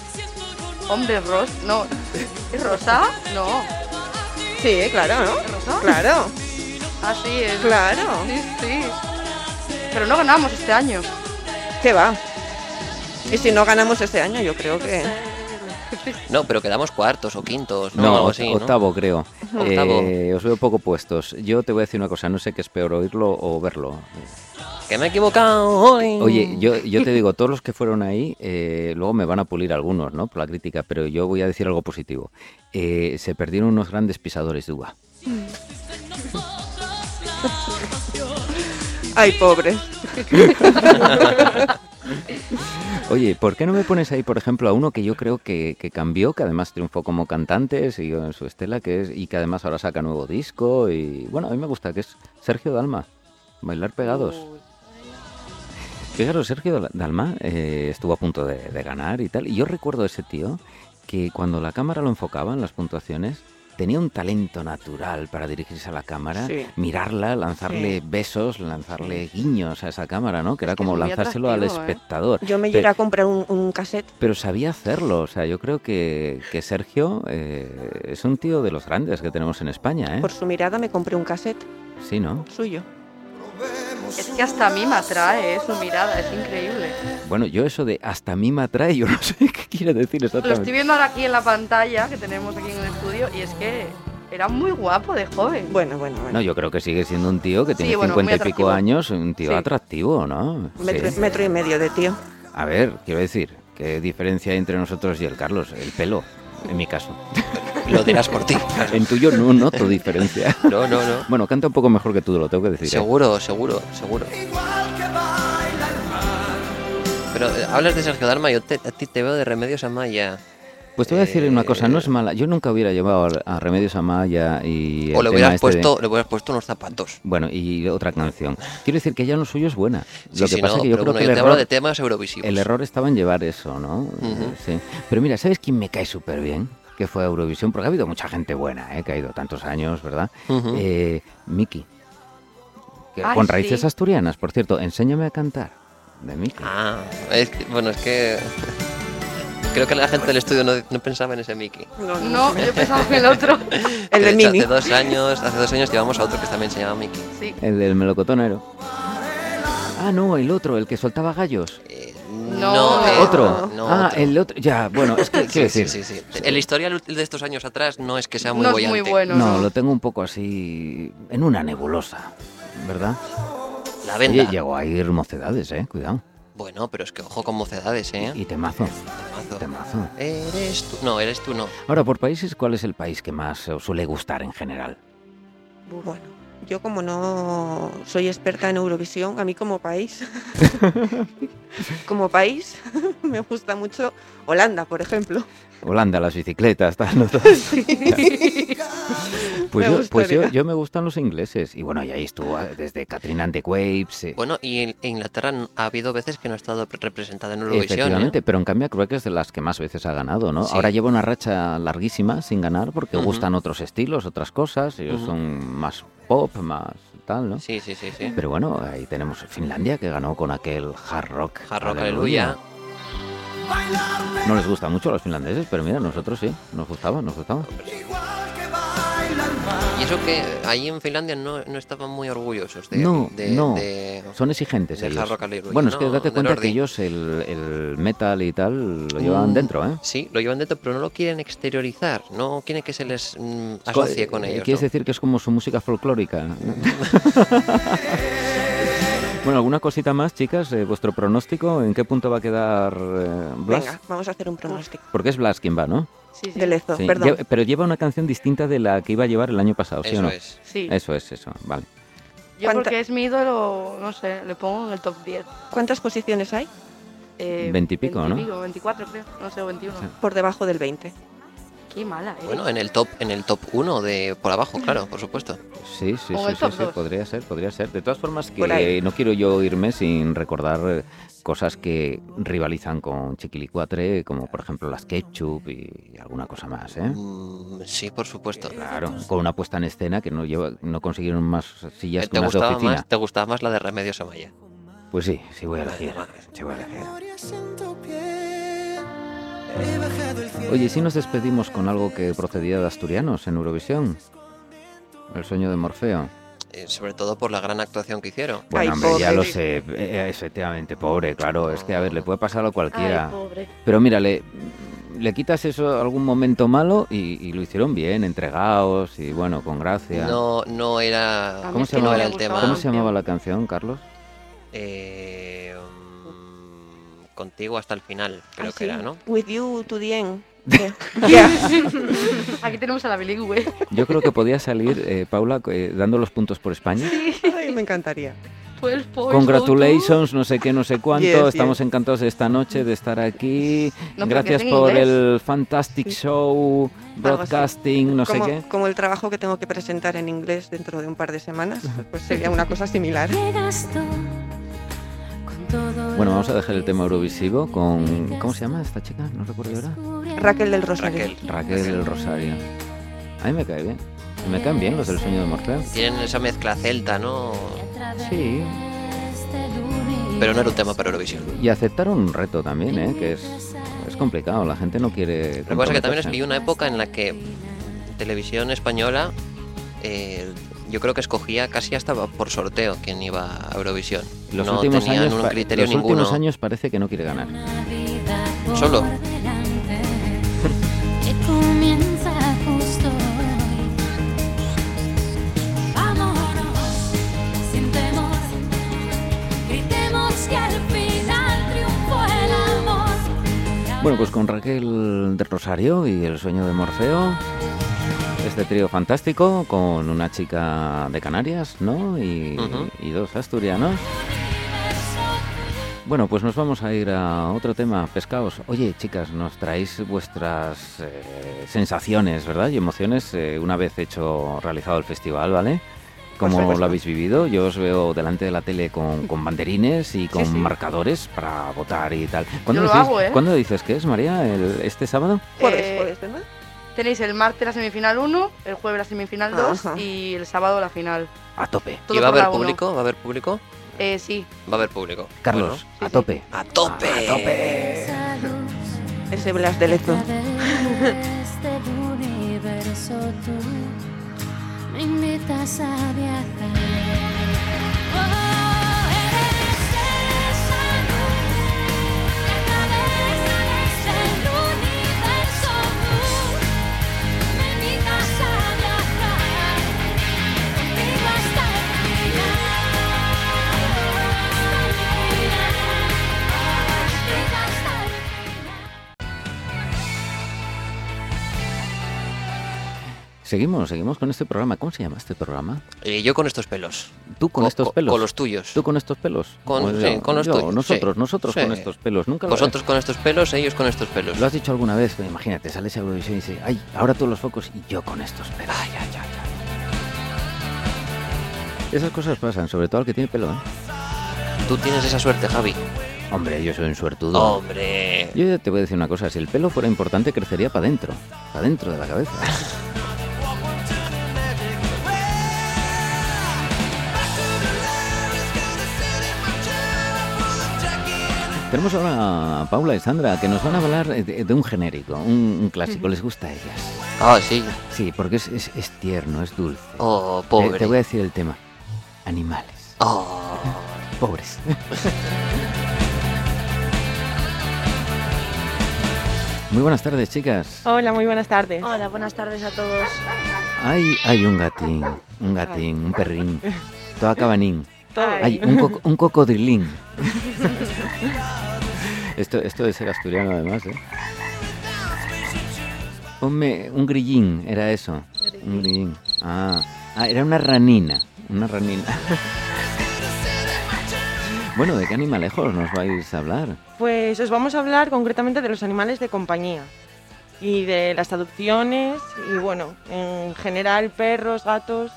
H: Hombre, Ros, no. ¿Es Rosa? No.
G: Sí, claro, ¿no?
H: ¿Es Rosa?
G: Claro,
H: Así es.
G: claro.
H: Sí, sí. Pero no ganamos este año.
G: ¿Qué va? Y si no ganamos este año, yo creo que...
B: No, pero quedamos cuartos o quintos, ¿no?
A: No,
B: Algo
A: oct-
B: así, ¿no?
A: octavo creo.
B: Octavo.
A: Eh, os veo poco puestos. Yo te voy a decir una cosa, no sé qué es peor, oírlo o verlo.
B: Que me he equivocado hoy.
A: Oye, yo, yo te digo, todos los que fueron ahí, eh, luego me van a pulir algunos, ¿no? Por la crítica, pero yo voy a decir algo positivo. Eh, se perdieron unos grandes pisadores de uva.
G: Ay, pobre.
A: Oye, ¿por qué no me pones ahí, por ejemplo, a uno que yo creo que, que cambió, que además triunfó como cantante, siguió en su estela, que es, y que además ahora saca nuevo disco? Y bueno, a mí me gusta, que es Sergio Dalma, bailar pegados. Fijaros, Sergio Dal- Dalma eh, estuvo a punto de, de ganar y tal. Y yo recuerdo a ese tío que cuando la cámara lo enfocaba en las puntuaciones, tenía un talento natural para dirigirse a la cámara,
G: Sí.
A: mirarla, lanzarle besos, lanzarle guiños a esa cámara, ¿no? Que era
H: que
A: como
H: es muy
A: lanzárselo al
H: atractivo, ¿eh?
A: espectador.
G: Yo me
A: Pe-
G: llegué a comprar un, un cassette.
A: pero sabía hacerlo, o sea, yo creo que, que Sergio eh, es un tío de los grandes que tenemos en España, ¿eh?
G: Por su mirada me compré un cassette
A: Sí, ¿no?
G: suyo.
H: Es que hasta a mí me atrae eh, su mirada, es increíble.
A: Bueno, yo eso de hasta a mí me atrae, yo no sé qué quiere decir
H: Lo estoy
A: exactamente.
H: viendo ahora aquí en la pantalla que tenemos aquí en el estudio y es que era muy guapo de joven.
G: Bueno, bueno, bueno.
A: No, yo creo que sigue siendo un tío que
H: Sí,
A: tiene
H: bueno, muy
A: cincuenta y pico
H: atractivo.
A: años, un tío
G: Sí.
A: atractivo, ¿no?
G: metro,
A: Sí.
G: metro y medio de tío.
A: A ver, quiero decir, ¿qué diferencia hay entre nosotros y el Carlos? El pelo, en mi caso.
B: Lo dirás por ti.
A: En tuyo no noto diferencia.
B: No, no, no.
A: Bueno, canta un poco mejor que tú, lo tengo que decir. ¿eh?
B: Seguro, seguro, seguro. Pero eh, hablas de Sergio Dalma, yo te- a ti te veo de Remedios Amaya.
A: Pues te voy a decir una
B: Eh,
A: cosa, no es mala. Yo nunca hubiera llevado al- a Remedios Amaya y.
B: O
A: el
B: le
A: tema
B: hubieras,
A: este de-
B: puesto, le hubieras puesto unos zapatos.
A: Bueno, y otra canción. Quiero decir que ya lo suyo es buena.
B: Sí,
A: lo que
B: sí,
A: pasa
B: no,
A: es que yo
B: pero
A: creo
B: bueno,
A: que el
B: te hablo
A: error,
B: de temas eurovisivos.
A: el error estaba en llevar eso, ¿no? Eh,
B: Ujú.
A: Sí. Pero mira, ¿sabes quién me cae súper bien? Que fue a Eurovisión, porque ha habido mucha gente buena, ¿eh? que ha ido tantos años, ¿verdad?
B: Ujú.
A: Eh, Miki. Que-
H: Ay,
A: con raíces
H: sí.
A: asturianas, por cierto. Enséñame a cantar. De Miki.
B: Ah, es que- bueno, es que. Creo que la gente del estudio no, no pensaba en ese Mickey.
H: No, yo pensaba en el otro.
G: El
B: de
G: de
B: hecho,
G: Mimi.
B: Hace dos años, hace dos años llevamos a otro que también se llama Mickey.
H: Sí.
A: El del melocotonero. Ah, no, el otro, el que soltaba gallos.
B: Eh, No,
H: No.
B: de-
A: ¿Otro?
B: no,
A: ah,
B: otro.
A: el otro. Ya, bueno, es que,
B: Sí,
A: quiero
B: sí,
A: decir.
B: sí, sí. El historial de estos años atrás no es que sea muy
H: no es
B: boyante.
H: muy bueno.
A: No, lo tengo un poco así. en una nebulosa, ¿verdad?
B: La
A: Oye,
B: venda.
A: llegó a ir mocedades, ¿eh? Cuidado.
B: Bueno, pero es que ojo con mocedades, ¿eh?
A: Y temazo.
B: Temazo.
A: Temazo.
B: Eres tú. No, eres tú no.
A: Ahora, por países, ¿cuál es el país que más os suele gustar en general?
G: Pues Bueno, yo como no soy experta en Eurovisión, a mí como país, como país, me gusta mucho Holanda, por ejemplo.
A: Holanda, las bicicletas, tal, ¿no? Pues,
G: Me
A: yo, pues yo,
G: gustaría.
A: yo me gustan los ingleses. Y bueno, y ahí estuvo ah, desde Catherine and the Waves. eh,
B: Bueno, y en en Inglaterra n- ha habido veces que no ha estado pre- representada en Eurovisión. ¿eh?
A: Efectivamente, pero en cambio creo que es de las que más veces ha ganado, ¿no?
B: Sí.
A: Ahora lleva una racha larguísima sin ganar porque
B: Ujú.
A: gustan otros estilos, otras cosas, ellos
B: Ujú.
A: son más pop, más tal, ¿no?
B: Sí, sí, sí, sí.
A: Pero bueno, ahí tenemos Finlandia que ganó con aquel hard rock.
B: Hard rock, aleluya.
A: No les gusta mucho a los finlandeses, pero mira, nosotros sí, nos gustaba, nos gustaba.
B: Y eso que ahí en Finlandia no, no estaban muy orgullosos de...
A: No,
B: de-
A: no.
B: de-
A: Son exigentes
B: Del
A: ellos.
B: hard rock, aleluya.
A: Bueno, es que
B: No,
A: date
B: del
A: cuenta que
B: Ordi.
A: ellos el, el metal y tal lo llevan
B: Mm,
A: dentro, ¿eh?
B: Sí, lo llevan dentro, pero no lo quieren exteriorizar. No quieren que se les mm, asocie con
A: Eh,
B: ellos.
A: ¿Quieres
B: ¿no?
A: decir que es como su música folclórica? ¿no? bueno, ¿alguna cosita más, chicas? Eh, ¿Vuestro pronóstico? ¿En qué punto va a quedar eh, Blas?
G: Venga, vamos a hacer un pronóstico
A: Porque es Blas quien va, ¿no?
H: Sí, sí.
G: de Lezo,
A: Sí.
G: perdón.
A: Lle- pero lleva una canción distinta de la que iba a llevar el año pasado, ¿sí
B: Eso
A: o no?
B: es.
H: Sí.
A: Eso es, eso, vale.
H: Yo
G: ¿Cuánta-
H: porque es mi ídolo, no sé, le pongo en el top 10.
G: ¿Cuántas posiciones hay?
H: Eh,
A: Veintipico, ¿no?
H: 20 24 creo, no sé, 21.
G: Por debajo del 20.
H: Qué mala, ¿eh?
B: Bueno, en el top, en el top 1 de por abajo, claro, por supuesto.
A: Sí, sí,
H: O
A: sí,
H: el
A: sí,
H: top
A: sí,
H: dos.
A: podría ser, podría ser. De todas formas,
G: Por ahí.
A: que no quiero yo irme sin recordar eh, cosas que rivalizan con Chiquilicuatre, como por ejemplo las Ketchup y alguna cosa más, ¿eh?
B: Mm, sí, por supuesto.
H: Eh,
A: Claro, con una puesta en escena que no lleva, no consiguieron más
B: Eh,
A: sillas que
B: ¿Te
A: unas de
B: gustaba,
A: oficina.
B: más, ¿Te gustaba más la de Remedios Amaya?
A: Pues sí, sí voy a elegir. sí voy a elegir. Oye, ¿y si nos despedimos con algo que procedía de asturianos en Eurovisión, el sueño de Morfeo.
B: Eh, sobre todo por la gran actuación que hicieron.
A: Bueno,
G: Ay,
A: hombre, ya
G: pobre.
A: lo sé, eh, eh, efectivamente, pobre, claro, es que a ver, le puede pasar a
H: Ay,
A: cualquiera.
H: pobre.
A: Pero mira, le, le quitas eso algún momento malo y, y lo hicieron bien, entregados y bueno, con gracia.
B: No, no
H: A mí
B: era.
A: ¿Cómo
H: es
A: se
H: que no
A: llamaba
H: me
A: el
H: gustaba
B: tema?
A: ¿Cómo
H: la
A: se llamaba la canción, Carlos?
B: eh, mm, contigo hasta el final, creo
G: Ah,
B: que
G: sí.
B: era, ¿no?
G: With you to the end.
H: canción. Aquí tenemos a la bilingüe.
A: Yo creo que podía salir eh, Paula eh, dando los puntos por España.
G: Ay, me encantaría.
H: Twelve points, go
A: Congratulations, no sé qué, no sé cuánto.
G: Yes, yes.
A: Estamos encantados de esta noche, de estar aquí.
H: No, pero
A: Gracias
H: que es en
A: por
H: inglés.
A: el fantastic
G: Sí.
A: show, broadcasting, no sé
G: como,
A: qué.
G: como el trabajo que tengo que presentar en inglés dentro de un par de semanas, pues sería una cosa similar.
A: Bueno, vamos a dejar el tema eurovisivo con... ¿Cómo se llama esta chica? No recuerdo ahora.
G: Raquel del Rosario.
B: Raquel.
A: Raquel del Rosario. A mí me cae bien. Me caen bien los del sueño de Morfeo.
B: Tienen esa mezcla celta, ¿no?
A: Sí.
H: Este
B: Pero no era un tema para Eurovisión.
A: Y aceptaron un reto también, ¿eh? Que es, es complicado. La gente no quiere...
B: Lo que pasa es que también es
A: comprometerse.
B: que hay una época
H: pues,
B: en la que
H: eh,
B: televisión española eh, yo creo que escogía casi hasta por sorteo quién iba a Eurovisión.
A: Los
B: no
A: últimos
B: tenían
A: años,
B: un
A: pa-
B: criterio
A: los
B: ninguno.
A: últimos años parece que no quiere ganar.
B: Solo.
A: Bueno, pues con Raquel del Rosario y el sueño de Morfeo, este trío fantástico con una chica de Canarias, ¿no? Y,
B: Ujú.
A: y dos asturianos. Bueno, pues nos vamos a ir a otro tema, pescados. Oye, chicas, nos traéis vuestras eh, sensaciones, ¿verdad? Y emociones eh, una vez hecho, realizado el festival, ¿vale? ¿Cómo lo habéis vivido? Yo os veo delante de la tele con, con banderines y con
H: sí.
A: marcadores para votar y tal. ¿Cuándo,
H: Yo lo
A: decís-
H: hago, ¿eh?
A: ¿cuándo dices que es, María? El- ¿Este sábado?
G: Jueves,
H: Eh,
G: jueves, ¿verdad?
H: Tenéis el martes la semifinal 1, el jueves la semifinal 2
G: Ajá.
H: y el sábado la final.
A: A tope.
H: Todo
B: ¿Y va a
H: por
B: haber
H: la uno.
B: público? ¿Va a haber público?
H: Eh, sí.
B: Va a haber público.
A: Carlos,
H: sí,
A: a
H: sí.
A: tope.
B: Bueno, a tope.
A: A tope.
G: Ese Blas de Lezo.
A: Oh,
I: Eres
A: Seguimos, seguimos con este programa. ¿Cómo se llama este programa?
B: Eh, yo con estos pelos.
A: Tú con estos pelos.
B: Con los tuyos.
A: Tú con estos pelos.
B: Con,
A: Pues
B: sí,
A: yo-
B: con los
A: yo,
B: tuyos,
A: Nosotros,
B: sí.
A: nosotros
B: Sí.
A: con estos pelos. Nunca lo-
B: Vosotros con estos pelos, ellos con estos pelos.
A: Lo has dicho alguna vez, pero imagínate, sales a Eurovisión y dices, ay, ahora todos los focos y yo con estos pelos. Ay, ay, ay, ay. Esas cosas pasan, sobre todo al que tiene pelo, ¿eh?
B: Tú tienes esa suerte, Javi.
A: Hombre, yo soy un suertudo.
B: Hombre.
A: Yo ya te voy a decir una cosa, si el pelo fuera importante crecería para adentro, para adentro de la cabeza. Tenemos ahora a Paula y Sandra que nos van a hablar eh, de, de un genérico, un, un clásico, les gusta a ellas.
B: Ah, sí.
A: Sí, porque es, es- es tierno, es dulce.
B: Oh,
A: Te-
B: pobre.
A: Te, voy a decir el tema. Animales.
B: Oh.
A: Pobres. Muy buenas tardes, chicas.
I: Hola, muy buenas tardes.
J: Hola, buenas tardes a todos.
A: Hay, hay un gatín, un gatín, un perrín, todo cabanín.
I: Todo.
A: Hay un, coco- un cocodrilín. Esto, esto de ser asturiano además, ¿eh? Ponme un grillín, era eso. Un grillín. Ah, ah, era una ranina, una ranina. Bueno, ¿de qué animalejos nos vais a hablar?
I: Pues os vamos a hablar concretamente de los animales de compañía y de las adopciones y bueno, en general perros, gatos.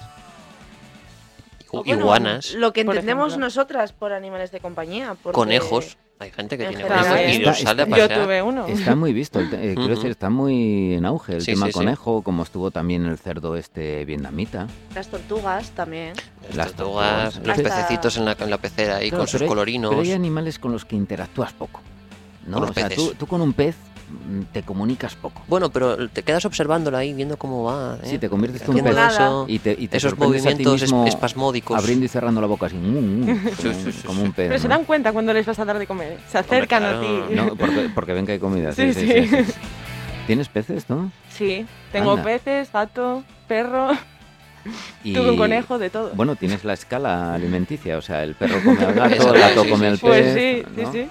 B: Igu-
J: Bueno,
B: Iguanas.
J: Lo que
I: Por
J: entendemos
I: ejemplo.
J: nosotras por animales de compañía. porque-
B: Conejos. Hay gente que
J: en
B: tiene
J: general,
B: conejos y
I: Está-
B: los sale a
I: Yo
B: pasear.
I: tuve uno.
A: Está muy visto, el te- eh, quiero
B: Ujú.
A: decir, está muy en auge el
B: Sí,
A: tema
B: sí, sí.
A: conejo, como estuvo también el cerdo este vietnamita.
J: Las tortugas también.
B: Las
A: Las
B: tortugas,
A: tortugas,
B: los
J: hasta-
B: pececitos en la, en la pecera ahí
A: Claro,
B: con sus
A: pero hay-
B: colorinos.
A: Pero hay animales con los que interactúas poco. ¿no?
B: Con los
A: o sea,
B: peces.
A: tú, tú con un pez mm, te comunicas poco.
B: Bueno, pero te quedas observándolo ahí, viendo cómo va. ¿eh?
A: Sí, te conviertes tú en
B: Haciendo
A: pez
B: eso,
A: y te, y te
B: esos
A: sorprendes a ti
B: movimientos es-
A: mismo
B: espasmódicos.
A: abriendo y cerrando la boca así, mm, mm, como,
B: sí, sí,
A: como un pez.
I: Pero se
A: ¿no?
I: dan cuenta cuando les vas a dar de comer. Se acercan a ti.
A: No, porque, porque ven que hay comida. Sí, sí,
I: Sí,
A: sí,
I: sí.
A: sí. ¿Tienes peces, no?
I: Sí, tengo
A: Anda.
I: peces, gato, perro,
A: Y-
I: tuve un conejo, de todo.
A: Bueno, tienes la escala alimenticia, o sea, el perro come al gato,
B: Eso,
A: el gato
B: sí,
A: come
B: sí,
A: al
B: sí.
I: pues
A: pez.
I: sí,
A: ¿no?
I: sí,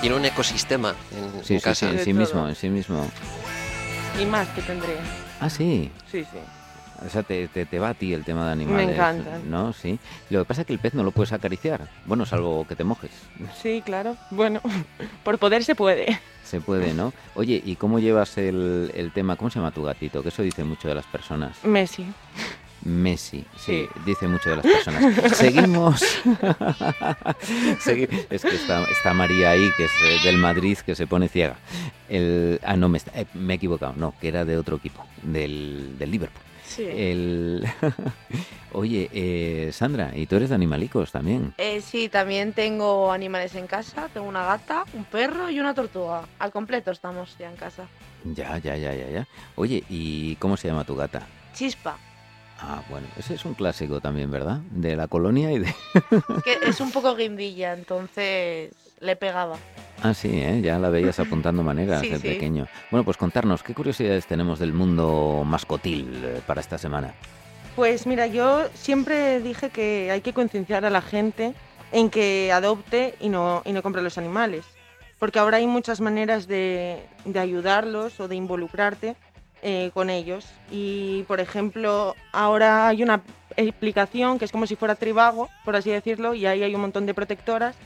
B: Tiene un ecosistema en,
A: Sí,
B: en
A: sí, sí,
B: casa.
A: en
I: De
A: sí
I: todo.
A: mismo, en sí mismo.
I: sí. Y más que tendría.
A: Ah, sí.
I: Sí, sí.
A: O sea, te, te, te va a ti el tema de animales.
I: encantan.
A: ¿No? Sí. Lo que pasa es que el pez no lo puedes acariciar. Bueno, salvo que te mojes.
I: Sí, claro. Bueno, por poder se puede.
A: Se puede, ¿no? Oye, ¿y cómo llevas el, el tema? ¿Cómo se llama tu gatito? Que eso dice mucho de las personas.
I: Messi.
A: Messi, sí,
I: Sí.
A: dice mucho de las personas. Seguimos. Segui- Es que está, está María ahí, que es eh, del Madrid, que se pone ciega. El, ah, no, me, está- eh, me he equivocado. No, que era de otro equipo, del, del Liverpool.
J: Sí.
A: El... Oye, eh, Sandra, y tú eres de animalicos también.
J: Eh, sí, también tengo animales en casa. Tengo una gata, un perro y una tortuga. Al completo estamos ya en casa.
A: Ya, ya, ya, ya, ya. Oye, ¿y cómo se llama tu gata?
J: Chispa.
A: Ah, bueno, ese es un clásico también, ¿verdad? De la colonia y de...
J: Que es un poco guindilla, entonces le pegaba.
A: Ah, sí, ¿eh? ya la veías apuntando maneras
J: Sí,
A: de
J: sí.
A: pequeño. Bueno, pues contarnos, ¿qué curiosidades tenemos del mundo mascotil eh, para esta semana?
I: Pues mira, yo siempre dije que hay que concienciar a la gente en que adopte y no, y no compre los animales. Porque ahora hay muchas maneras de, de ayudarlos o de involucrarte eh, con ellos. Y por ejemplo, ahora hay una aplicación que es como si fuera Tribago, por así decirlo, y ahí hay un montón de protectoras.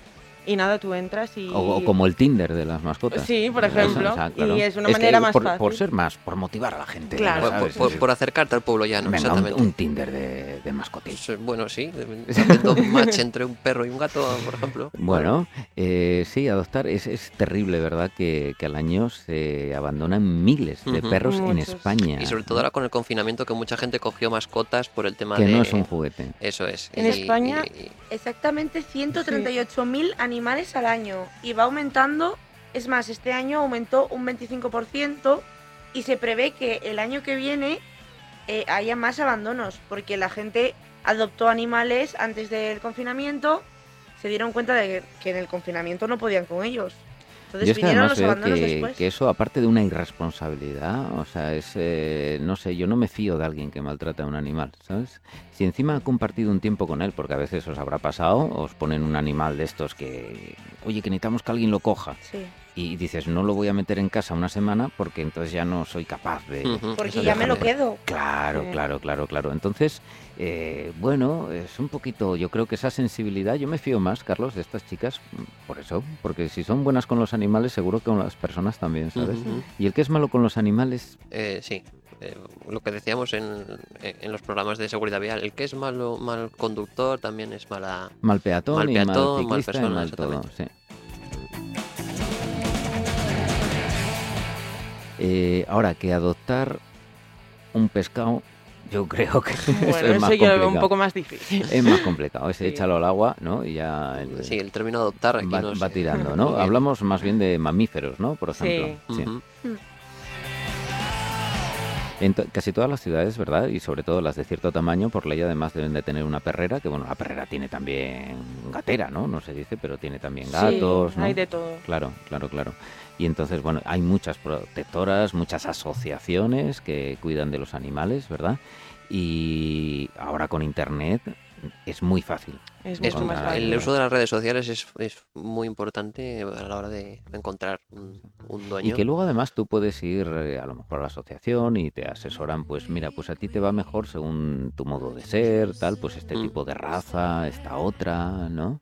I: Y nada, tú entras y.
A: O, o como el Tinder de las mascotas.
I: Sí, por
A: O sea,
I: ejemplo,
A: claro.
I: y es una
A: que
I: manera más
A: por,
I: fácil.
A: Por ser más, por motivar a la gente.
J: Claro.
B: Por-
A: ¿sabes?
B: Por, por- por acercarte al pueblo llano,
A: Venga, un,
B: exactamente.
A: un Tinder de, de mascotil.
B: Pues, Bueno, sí, haciendo un match entre un perro y un gato, por ejemplo.
A: Bueno, eh, sí, adoptar es, es terrible, ¿verdad? Que, que al año se abandonan miles de
B: Ujú.
A: perros en
I: Muchos.
A: España.
B: Y sobre todo ahora con el confinamiento que mucha gente cogió mascotas por el tema
A: Que
B: de...
A: no es un juguete.
B: Eso es.
I: En España-
J: Exactamente 138.000 animales al año y va aumentando. Es más, este año aumentó un 25% y se prevé que el año que viene eh, haya más abandonos porque la gente adoptó animales antes del confinamiento, se dieron cuenta de que en el confinamiento no podían con ellos. Entonces
A: Yo es que
J: vinieron
A: además
J: los
A: veo
J: abandonos
A: que,
J: después.
A: que eso, aparte de una irresponsabilidad, o sea, es, eh, no sé, yo no me fío de alguien que maltrata a un animal, ¿sabes? Si encima ha compartido un tiempo con él, porque a veces os habrá pasado, os ponen un animal de estos que, oye, que necesitamos que alguien lo coja,
J: Sí.
A: y dices, no lo voy a meter en casa una semana porque entonces ya no soy capaz de...
J: Ujú. Porque ya me lo
A: dejarlo".
J: quedo.
A: Claro,
J: Sí.
A: claro, claro, claro. Entonces, eh, bueno, es un poquito, yo creo que esa sensibilidad, yo me fío más, Carlos, de estas chicas, mm, por eso, porque si son buenas con los animales, seguro que con las personas también, ¿sabes?
B: Ujú.
A: Y el que es malo con los animales,
B: Eh, sí, eh, lo que decíamos en, en los programas de seguridad vial, el que es malo, mal conductor también es mala...
A: mal peatón,
B: Mal peatón, mal
A: y mal ciclista
B: persona,
A: y mal todo, sí. Eh, ahora, que adoptar un pescado, yo creo que
I: Bueno,
A: eso es
I: eso
A: más
I: yo lo veo
A: complicado.
I: un poco más difícil.
A: Es más complicado, ese
I: Sí.
A: échalo al agua, ¿no? Y ya... el-
B: Sí, el término adoptar aquí
A: va,
B: no
A: va
B: sé.
A: tirando, ¿no?
B: Muy bien.
A: Hablamos más bien de mamíferos, ¿no? Por ejemplo. Sí.
B: Ujú.
A: En to- casi todas las ciudades, ¿verdad? Y sobre todo las de cierto tamaño, por ley además deben de tener una perrera, que bueno, la perrera tiene también gatera, ¿no? No se dice, pero tiene también
I: Sí,
A: gatos, ¿no?
I: hay de todo.
A: Claro, claro, claro. Y entonces, bueno, hay muchas protectoras, muchas asociaciones que cuidan de los animales, ¿verdad? Y ahora con internet es muy fácil.
I: Es
B: Es
I: mucho más
B: un-
I: fácil.
B: el uso de las redes sociales es, es muy importante a la hora de encontrar un, un
A: Y
B: dueño.
A: que luego además tú puedes ir eh, a lo mejor a la asociación y te asesoran, pues mira, pues a ti te va mejor según tu modo de ser, tal, pues este
B: Mm.
A: tipo de raza, esta otra, ¿no?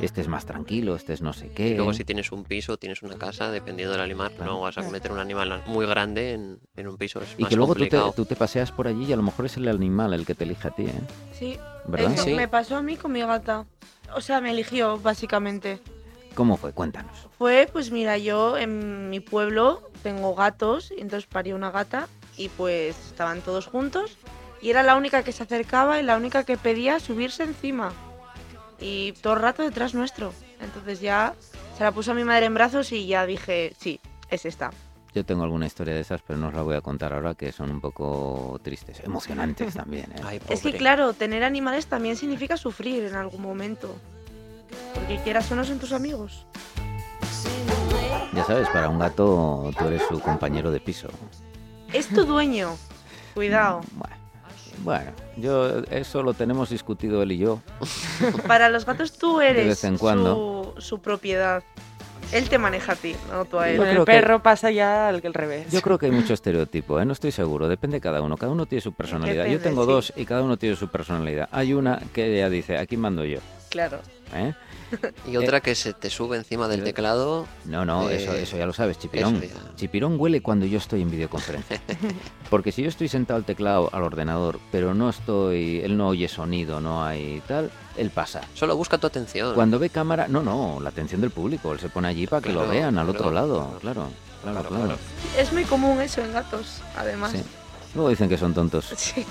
A: Este es más tranquilo, este es no sé qué.
B: Y luego si tienes un piso, tienes una casa, dependiendo del animal, no vas a meter un animal muy grande en, en un piso. Es
A: Y
B: más
A: que luego tú te,
B: complicado.
A: tú te paseas por allí y a lo mejor es el animal el que te elige a ti, ¿eh?
J: Sí.
A: ¿Verdad?
J: Eso me pasó a mí con mi gata. O sea, me eligió, básicamente.
A: ¿Cómo fue? Cuéntanos.
J: Fue, pues mira, yo en mi pueblo tengo gatos, y entonces parí una gata y pues estaban todos juntos y era la única que se acercaba y la única que pedía subirse encima y todo el rato detrás nuestro. Entonces ya se la puso a mi madre en brazos y ya dije, sí, es esta.
A: Yo tengo alguna historia de esas, pero no os la voy a contar ahora, que son un poco tristes, emocionantes también, ¿eh?
B: Ay,
J: Es que
B: pobre.
J: claro, tener animales también significa sufrir en algún momento. Porque quieras o no son tus amigos.
A: Ya sabes, para un gato tú eres su compañero de piso.
J: Es tu dueño. Cuidado.
A: Bueno, yo eso lo tenemos discutido él y yo.
J: Para los gatos tú eres
A: vez en cuando.
J: Su, su propiedad. Él te maneja a ti, no tú a él.
A: Yo
I: Con el
A: creo que-
I: perro pasa ya al, al revés.
A: Yo creo que hay mucho estereotipo, ¿eh? no estoy seguro, depende de cada uno, cada uno tiene su personalidad. Yo
I: Depende,
A: tengo
I: sí.
A: dos y cada uno tiene su personalidad. Hay una que ya dice, aquí mando yo.
J: Claro.
A: ¿eh?
B: Y otra que se te sube encima del teclado.
A: No, no,
B: Eh,
A: eso, eso ya lo sabes, Chipirón.
B: eso ya.
A: Chipirón huele cuando yo estoy en videoconferencia. Porque si yo estoy sentado al teclado, al ordenador, pero no estoy, él no oye sonido, no hay tal, él pasa.
B: Solo busca tu atención.
A: Cuando ve cámara, no, no, la atención del público, él se pone allí para que lo
B: Claro,
A: vean al otro
B: claro,
A: lado, claro, claro, claro.
J: Es muy común eso en gatos, además.
A: Sí. Luego dicen que son tontos.
J: Sí.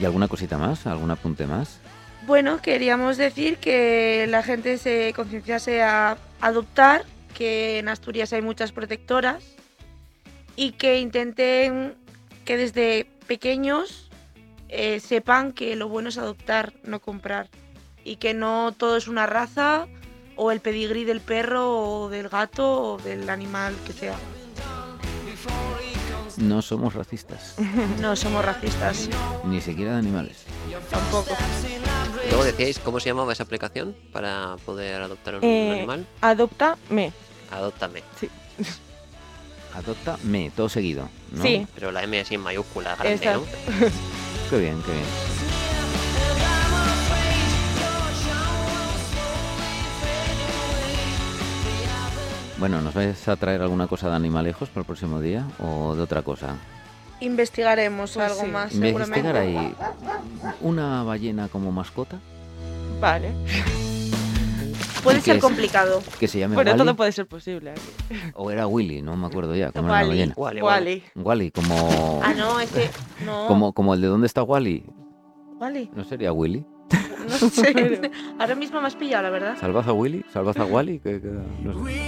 A: ¿Y alguna cosita más? ¿Algún apunte más?
J: Bueno, queríamos decir que la gente se concienciase a adoptar, que en Asturias hay muchas protectoras y que intenten que desde pequeños eh, sepan que lo bueno es adoptar, no comprar. Y que no todo es una raza o el pedigrí del perro o del gato o del animal que sea.
A: No somos racistas,
J: No somos racistas,
A: ni siquiera de animales.
J: tampoco.
B: Luego decíais, ¿cómo se llamaba esa aplicación para poder adoptar un
I: Eh,
B: animal?
I: Adóptame.
B: Adóptame.
I: Sí.
A: Adopta me, todo seguido. ¿no?
I: Sí.
B: Pero la M así en mayúscula, grande,
I: Exacto.
B: ¿no?
A: Qué bien, qué bien. Bueno, ¿nos vais a traer alguna cosa de animalejos para el próximo día o de otra cosa?
J: Investigaremos
I: Pues
J: algo
I: sí.
J: más, seguramente.
A: Investigar ahí una ballena como mascota
I: Vale.
J: Puede
A: ¿Y qué
J: ser
A: es?
J: complicado.
A: que se llame
I: Bueno,
A: Wally,
I: todo puede ser posible. aquí.
A: o era Willy, no me acuerdo ya, como era la
J: Wally.
A: ballena.
B: Vale, vale.
I: Wally.
A: Wally, como,
J: Ah, no, es que. No.
A: como, como el de dónde está Wally,
J: Vale.
A: ¿no sería Willy?
J: No sé. Ahora mismo me has pillado, la verdad.
A: ¿Salvas a Willy? ¿Salvas a Wally? Que- que- no sé.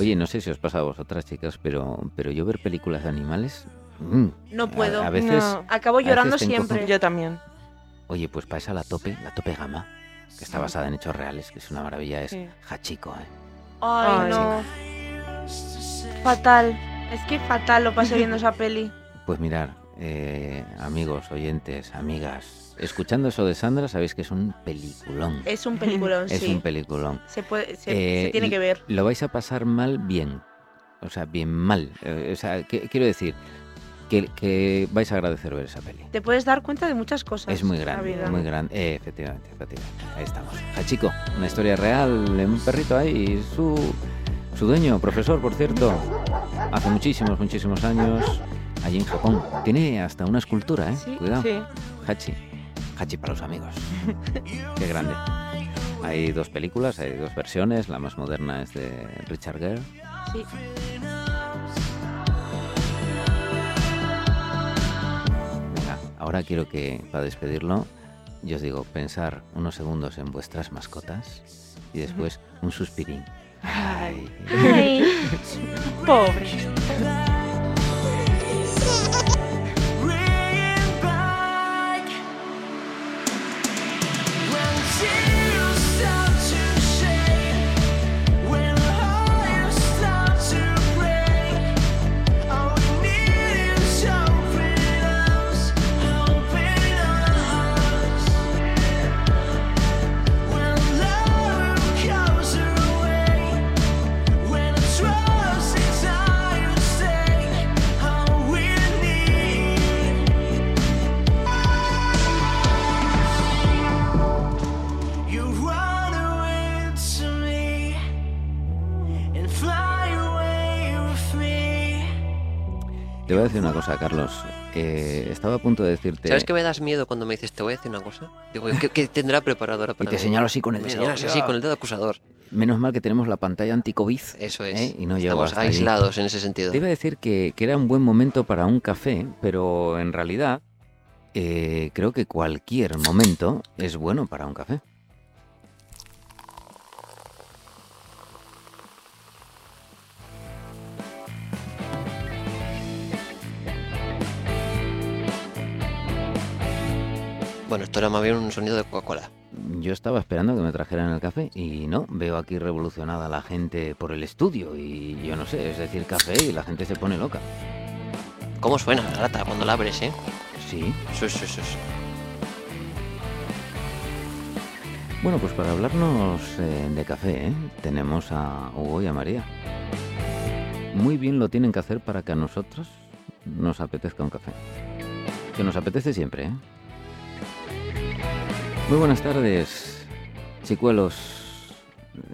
A: Oye, no sé si os pasa a vosotras, chicas, pero, pero yo ver películas de animales... mm,
J: No
A: a-
J: puedo.
A: A, veces...
I: No.
J: Acabo
A: a veces
J: llorando
A: te encojo-
J: siempre.
I: Yo también.
A: Oye, pues para esa la tope, la tope gama, que está basada en hechos reales, que es una maravilla, es
I: Sí.
A: Hachiko, ¿eh?
J: Ay,
I: Ay.
J: no. Fatal. Es que fatal lo pasé viendo esa peli.
A: Pues mirar, eh, amigos, oyentes, amigas, escuchando eso de Sandra, sabéis que es un peliculón.
J: Es un peliculón,
A: Es
J: sí.
A: un peliculón.
J: Se, puede, se-
A: Eh,
J: se tiene que ver.
A: Lo vais a pasar mal bien. O sea, bien mal. Eh, o sea, que- quiero decir que, que vais a agradecer ver esa peli.
J: Te puedes dar cuenta de muchas cosas.
A: Es muy
J: en Ah, la
A: grande,
J: vida.
A: muy grande. Eh, efectivamente, efectivamente. Ahí estamos. Hachico, una historia real de un perrito ahí. y Su, su dueño, profesor, por cierto, hace muchísimos, muchísimos años, allí en Japón. Tiene hasta una escultura, ¿eh? Cuidado.
I: sí.
A: Hachi. Hachi para los amigos. Qué grande. Hay dos películas, hay dos versiones. La más moderna es de Richard Gere.
J: Sí.
A: Venga, ahora quiero que, para despedirlo, yo os digo, pensar unos segundos en vuestras mascotas y después un suspirín. Ay.
J: Ay, pobre.
K: You run away to me and fly away with me.
A: Te voy a decir una cosa, Carlos. Eh, estaba a punto de decirte...
B: ¿Sabes que me das miedo cuando me dices, te voy a decir una cosa? Digo, ¿qué, qué tendrá preparado ahora para
A: te
B: mí?
A: señalo así con el
B: Me
A: dedo.
B: señalas así, con el dedo acusador.
A: Menos mal que tenemos la pantalla anti-COVID. Eso
B: es.
A: Y no llego
B: Estamos
A: hasta allí.
B: aislados en ese sentido.
A: Te iba a decir que, que era un buen momento para un café, pero en realidad eh, creo que cualquier momento es bueno para un café.
B: Bueno, esto era más bien un sonido de Coca-Cola.
A: Yo estaba esperando que me trajeran el café y no, veo aquí revolucionada la gente por el estudio y yo no sé, es decir, café y la gente se pone loca.
B: ¿Cómo suena la lata cuando la abres, eh?
A: Sí.
B: Sí, sí, sí. sí.
A: Bueno, pues para hablarnos eh, de café, ¿eh? tenemos a Hugo y a María. Muy bien lo tienen que hacer para que a nosotros nos apetezca un café. Que nos apetece siempre, ¿eh? Muy buenas tardes, chicuelos.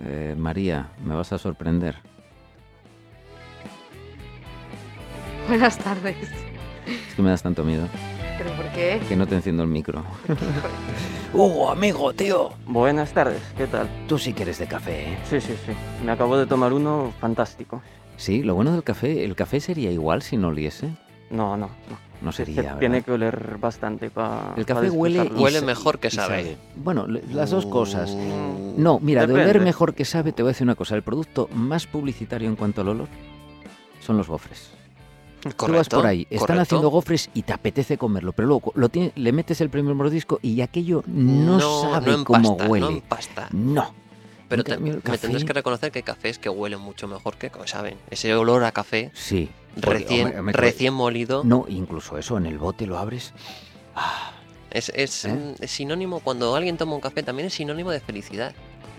A: Eh, María, me vas a sorprender.
L: Buenas tardes.
A: Es que me das tanto miedo
L: ¿Pero por qué?
A: que no te enciendo el micro.
M: Hugo, amigo, tío. Buenas tardes, ¿qué tal?
A: Tú sí que eres de café, ¿eh?
M: Sí, sí, sí. Me acabo de tomar uno fantástico.
A: Sí, lo bueno del café, ¿el café sería igual si no oliese?
M: No, no. No,
A: No sería, ¿verdad?
M: Tiene que oler bastante para.
A: El café huele... y sa- y Bueno, le- las dos cosas.
B: Mm,
A: No, mira, de oler
M: Depende.
A: mejor que sabe, te voy a decir una cosa. El producto más publicitario en cuanto al olor son los gofres. Tú vas
B: Correcto,
A: por ahí, están
B: correcto.
A: haciendo gofres y te apetece comerlo, pero luego lo tiene- le metes el primer mordisco y aquello no, sabe cómo
B: empasta,
A: huele.
B: No empasta.
A: No.
B: Pero
A: En
B: te-
A: cambio, el
B: me tendrás
A: café-
B: que reconocer que hay cafés que huelen mucho mejor que saben. Ese olor a café.
A: Sí. porque,
B: Recién,
A: hombre, hombre,
B: recién molido.
A: No, incluso eso, en el bote lo abres.
B: Es, es,
A: ¿Eh?
B: mm, sinónimo, cuando alguien toma un café, también es sinónimo de felicidad.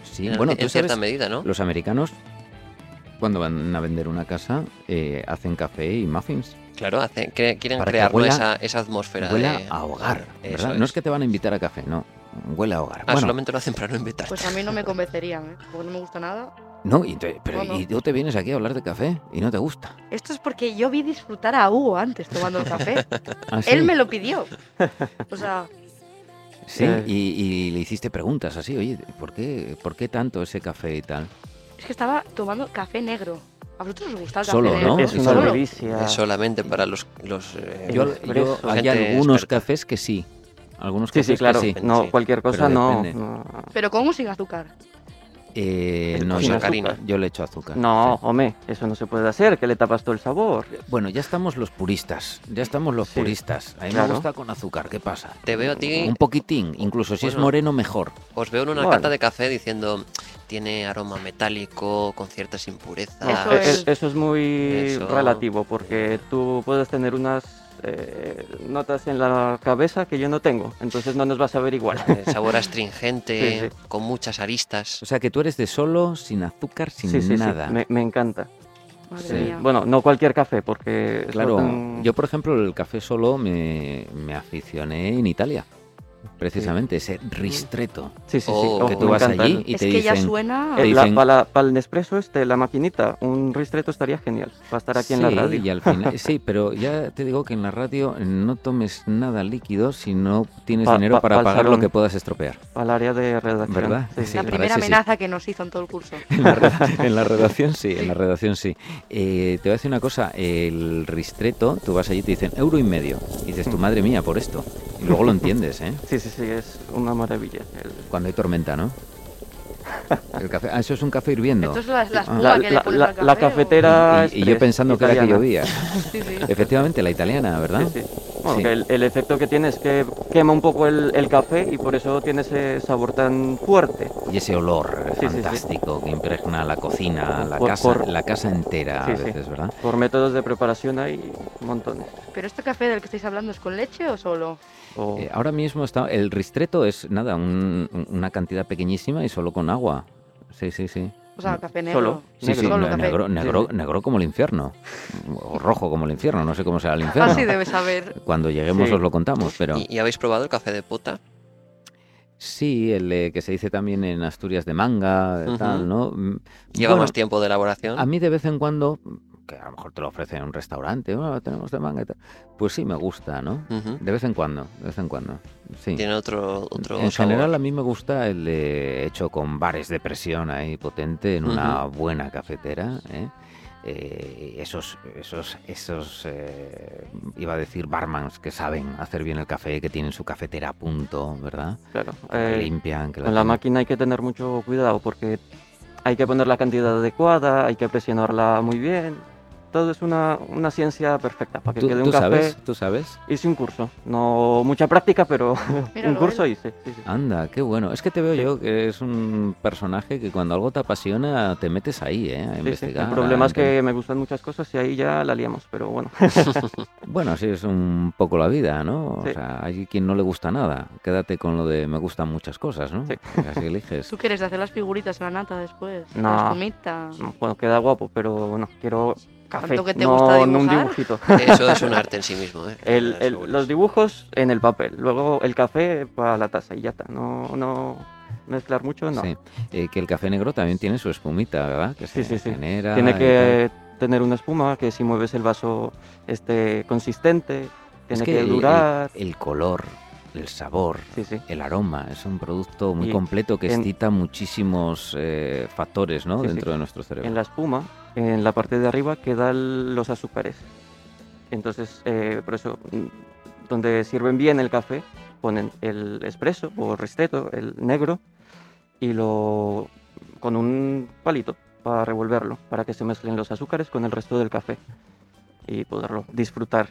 A: Sí,
B: En-
A: bueno,
B: en
A: tú
B: cierta
A: sabes,
B: medida, ¿no?
A: Los americanos, cuando van a vender una casa, eh, hacen café y muffins.
B: Claro, hacen- cre- quieren
A: Para que
B: crear ¿no?
A: huela-
B: esa, esa atmósfera.
A: Huela
B: de-
A: a hogar,
B: Eso
A: ¿verdad?
B: es.
A: No es que te van a invitar a café, no. Huele a hogar.
B: Ah,
A: Bueno,
B: solamente lo hacen para no invitarte.
L: Pues a mí no me convencerían, ¿eh? Porque no me gusta nada.
A: no, y entonces- pero
L: No, no.
A: y tú te vienes aquí a hablar de café y no te gusta.
L: Esto es porque yo vi disfrutar a Hugo antes tomando el café.
A: ¿Ah, sí?
L: Él me lo pidió. O sea,
A: Sí,
M: Eh.
A: y, y le hiciste preguntas así, oye, ¿por qué, ¿por qué tanto ese café y tal?
L: es que estaba tomando café negro. A vosotros os gusta el café
A: Solo,
L: negro.
A: ¿no?
M: Es
A: Y
M: una
A: solo.
M: delicia.
B: Es solamente para los. los eh,
A: Yo,
B: gente
A: yo- hay algunos cafés que sí. Algunos
M: Sí,
A: cafés
M: sí, claro.
A: que sí.
M: No, cualquier
A: Pero
M: cosa no,
A: depende.
M: no.
L: Pero con o sin azúcar.
A: Eh, no,
M: Sin
A: yo,
M: azúcar.
A: yo le echo azúcar.
M: No, hombre, eso no se puede hacer, que le tapas todo el sabor.
A: Bueno, ya estamos los puristas. Ya estamos los
M: Sí.
A: puristas. A mí me
M: Claro.
A: gusta con azúcar. ¿Qué pasa?
B: Te veo a ti-
A: Un poquitín. Incluso si es
B: Bueno.
A: moreno, mejor.
B: Os veo en una
A: Bueno.
B: carta de café diciendo. Tiene aroma metálico, con ciertas impurezas.
M: No, e- e- Eh, eso es muy
B: Ah, Eso.
M: relativo, porque tú puedes tener unas eh, notas en la cabeza que yo no tengo, entonces no nos vas a ver igual.
B: Eh, sabor astringente,
M: Sí, sí.
B: Eh, con muchas aristas.
A: O sea, que tú eres de solo, sin azúcar, sin
M: Sí, sí, sí,
A: nada.
M: me- encanta.
B: Madre
A: Sí.
B: mía.
M: Bueno, no cualquier café, porque...
A: Claro,
M: notan-
A: yo por ejemplo el café solo me, me aficioné en Italia, precisamente, ese ristretto.
M: Sí,
A: que
M: sí, sí. Oh,
A: tú
M: me
A: vas
M: encanta.
A: allí y te dicen... te
M: Eh, la-
A: dicen-
M: para, la- para el Nespresso, este, la maquinita, un ristretto estaría genial. Va a estar aquí en la
A: Sí,
M: radio.
A: y al final- eh, sí, pero ya te digo que en la radio eh, no tomes nada líquido si no tienes
M: Pa-
A: dinero
M: pa-
A: para
M: pa'l
A: pagar lo
M: salón.
A: que puedas estropear.
M: Al área de redacción.
A: ¿Verdad?
M: Sí,
A: Sí,
L: La
A: para
L: primera
A: ese sí.
L: amenaza que nos hizo en todo el curso.
A: En la, reda- en la redacción sí, en la redacción sí. Eh, te voy a decir una cosa, el ristreto, tú vas allí y te dicen euro y medio. Y dices, tu madre mía, por esto. Y luego lo entiendes, ¿eh?
M: Sí, sí, sí, es una maravilla.
A: Cuando hay tormenta, ¿no? El café, ah, eso es un café hirviendo.
L: Esto es la- la
A: Ah.
L: espuma La- que le la- pones la- al la café,
M: cafetera
A: Y, y- y yo
M: express
A: pensando que era que
M: italiana.
A: llovía.
M: Sí, sí.
A: Efectivamente, la italiana, ¿verdad?
M: Sí, sí. Bueno, que el, el efecto que tiene es que quema un poco el, el café y por eso tiene ese sabor tan fuerte.
A: Y ese olor
M: Sí, sí, sí.
A: fantástico que impregna la cocina, la
M: Por-
A: casa,
M: por-
A: la casa entera
M: Sí,
A: a
M: sí.
A: veces, ¿verdad?
M: Por métodos de preparación hay montones.
L: Pero este café del que estáis hablando es con leche o solo.
M: O-
A: Eh, ahora mismo está el ristreto es nada, un- un- una cantidad pequeñísima y solo con agua. Sí, sí, sí.
L: O sea, café
A: Mm.
L: negro. Solo.
A: Sí, sí,
L: Solo
A: ne-
L: café.
A: negro,
L: Sí,
A: negro,
L: sí.
A: negro como el infierno. O rojo como el infierno, no sé cómo será el infierno.
L: Así debe saber.
A: Cuando lleguemos
B: Sí.
A: os lo contamos, pero
B: ¿Y, y habéis probado el café de pota?
A: sí, el eh, que se dice también en Asturias de manga, eh,
B: Ujú.
A: tal, ¿no? Mm,
B: Lleva
A: bueno,
B: más tiempo de elaboración.
A: A mí de vez en cuando, que a lo mejor te lo ofrecen en un restaurante, "Ah, tenemos de manga y tal", pues sí me gusta, ¿no?
B: Ujú.
A: De vez en cuando, de vez en cuando. Sí.
B: Tiene otro, otro sabor.
A: en general a mí me gusta el de hecho con bares de presión ahí potente en una buena cafetera. ¿eh? Eh, esos, esos, esos, eh, iba a decir barmans que saben hacer bien el café, que tienen su cafetera a punto, ¿verdad?
M: Claro.
A: Que la
M: eh,
A: limpian, que la
M: con la
A: tienen-
M: máquina hay que tener mucho cuidado porque hay que poner la cantidad adecuada, hay que presionarla muy bien. Todo es una, una ciencia perfecta para que
A: ¿Tú-
M: quede un
A: tú
M: café.
A: sabes? ¿Tú sabes?
M: Hice un curso, no mucha práctica, pero un
A: Míralo,
M: curso hice. sí, sí.
A: Anda, qué bueno. Es que te veo yo que es un personaje que cuando algo te apasiona te metes ahí, ¿eh? A
M: Sí, sí.
A: investigar.
M: El
A: a
M: problema es
A: entender.
M: que me gustan muchas cosas y ahí ya la liamos, pero bueno.
A: Bueno, así es un poco la vida, ¿no? O
M: Sí.
A: sea, hay quien no le gusta nada. Quédate con lo de me gustan muchas cosas, ¿no? Así eliges.
L: ¿Tú quieres hacer las figuritas en la nata después?
M: No.
L: Las gomitas.
M: No, Bueno, pues, queda guapo, pero bueno, quiero café,
L: Tanto que te
M: no,
L: gusta
M: no un
L: dibujar.
M: dibujito.
B: Eso es un arte en sí mismo, ¿eh?
M: El-
B: Las
M: el-
B: figuras.
M: los dibujos en el papel, luego el café para la taza y ya está. No, no mezclar mucho, pues no.
A: Sí. Eh, que el café negro también tiene su espumita, ¿verdad? Que se
M: sí, sí.
A: genera. y
M: Tiene
A: tal.
M: que tener una espuma que si mueves el vaso esté consistente,
A: Es
M: tiene
A: que
M: que,
A: el- el-
M: durar.
A: El, color, el sabor, el aroma, es un producto muy
M: Y
A: completo que
M: en-
A: excita muchísimos eh, factores, ¿no?
M: Sí, sí.
A: Dentro de nuestro cerebro.
M: En la espuma, en la parte de arriba, quedan los azúcares. Entonces, eh, por eso, mm, donde sirven bien el café, ponen el espresso o ristretto, el negro, y lo con un palito para revolverlo, para que se mezclen los azúcares con el resto del café y poderlo disfrutar.